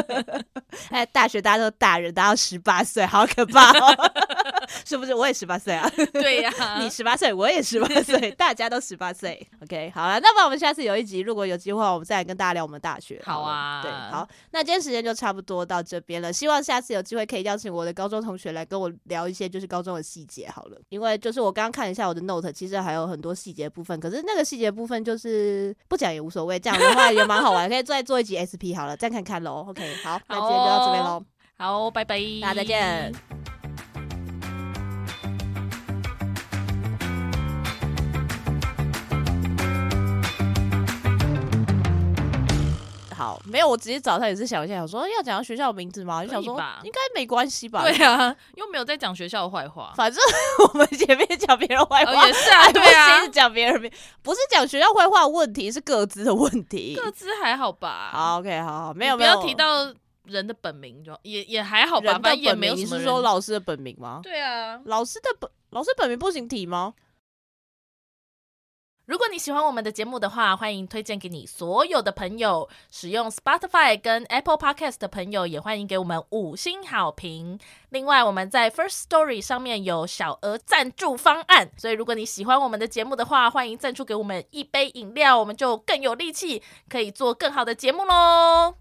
S2: 哎，大学大家都大人，大家十八岁，好可怕、哦， 是不是？我也十八岁啊，
S1: 对呀、
S2: 你十八岁，我也十八岁， 大家都十八岁。OK，好了，那么我们下次有一集，如果有机会，我们再来跟大家聊我们大学。
S1: 好啊
S2: 对，好，那今天时间就差不多到这边了，希望下次有机会可以邀请我的高中同学来跟我聊一些就是高中的细节好了，因为就是我刚刚看一下我的 note，其实还有很多细节部分，可是那个细节部分就是不讲也无所谓，这样的话也蛮好玩，可以再做一集 SP 好了，再看看喽。OK，好，那今天就到这 边
S1: 好
S2: 喽
S1: 哦，好，拜拜，
S2: 大家再见。。好，没有，我直接早上也是想一下，想说哎要讲到学校的名字吗？就想
S1: 可以
S2: 说
S1: 吧
S2: 应该没关系吧，
S1: 对啊，又没有在讲学校的坏话。
S2: 反正我们前面讲别人坏话，哎
S1: 哦，也是啊，
S2: 还不
S1: 对
S2: 是
S1: 啊，
S2: 讲别人名，不是讲学校坏话的问题，是各自的问题。
S1: 各自还好吧。，
S2: 好，OK，好，好没有
S1: 不
S2: 没有
S1: 要提到人的本名就也也还好吧，
S2: 人的
S1: 反正也
S2: 本
S1: 没
S2: 名，
S1: 有
S2: 你
S1: 什么
S2: 是
S1: 人
S2: 说老师的本名吗？
S1: 对啊，
S2: 老师的本老师本名不行提吗？
S1: 如果你喜欢我们的节目的话，欢迎推荐给你所有的朋友。使用 Spotify 跟 Apple Podcast 的朋友，也欢迎给我们五星好评。另外，我们在 First Story 上面有小额赞助方案，所以如果你喜欢我们的节目的话，欢迎赞助给我们一杯饮料，我们就更有力气，可以做更好的节目喽。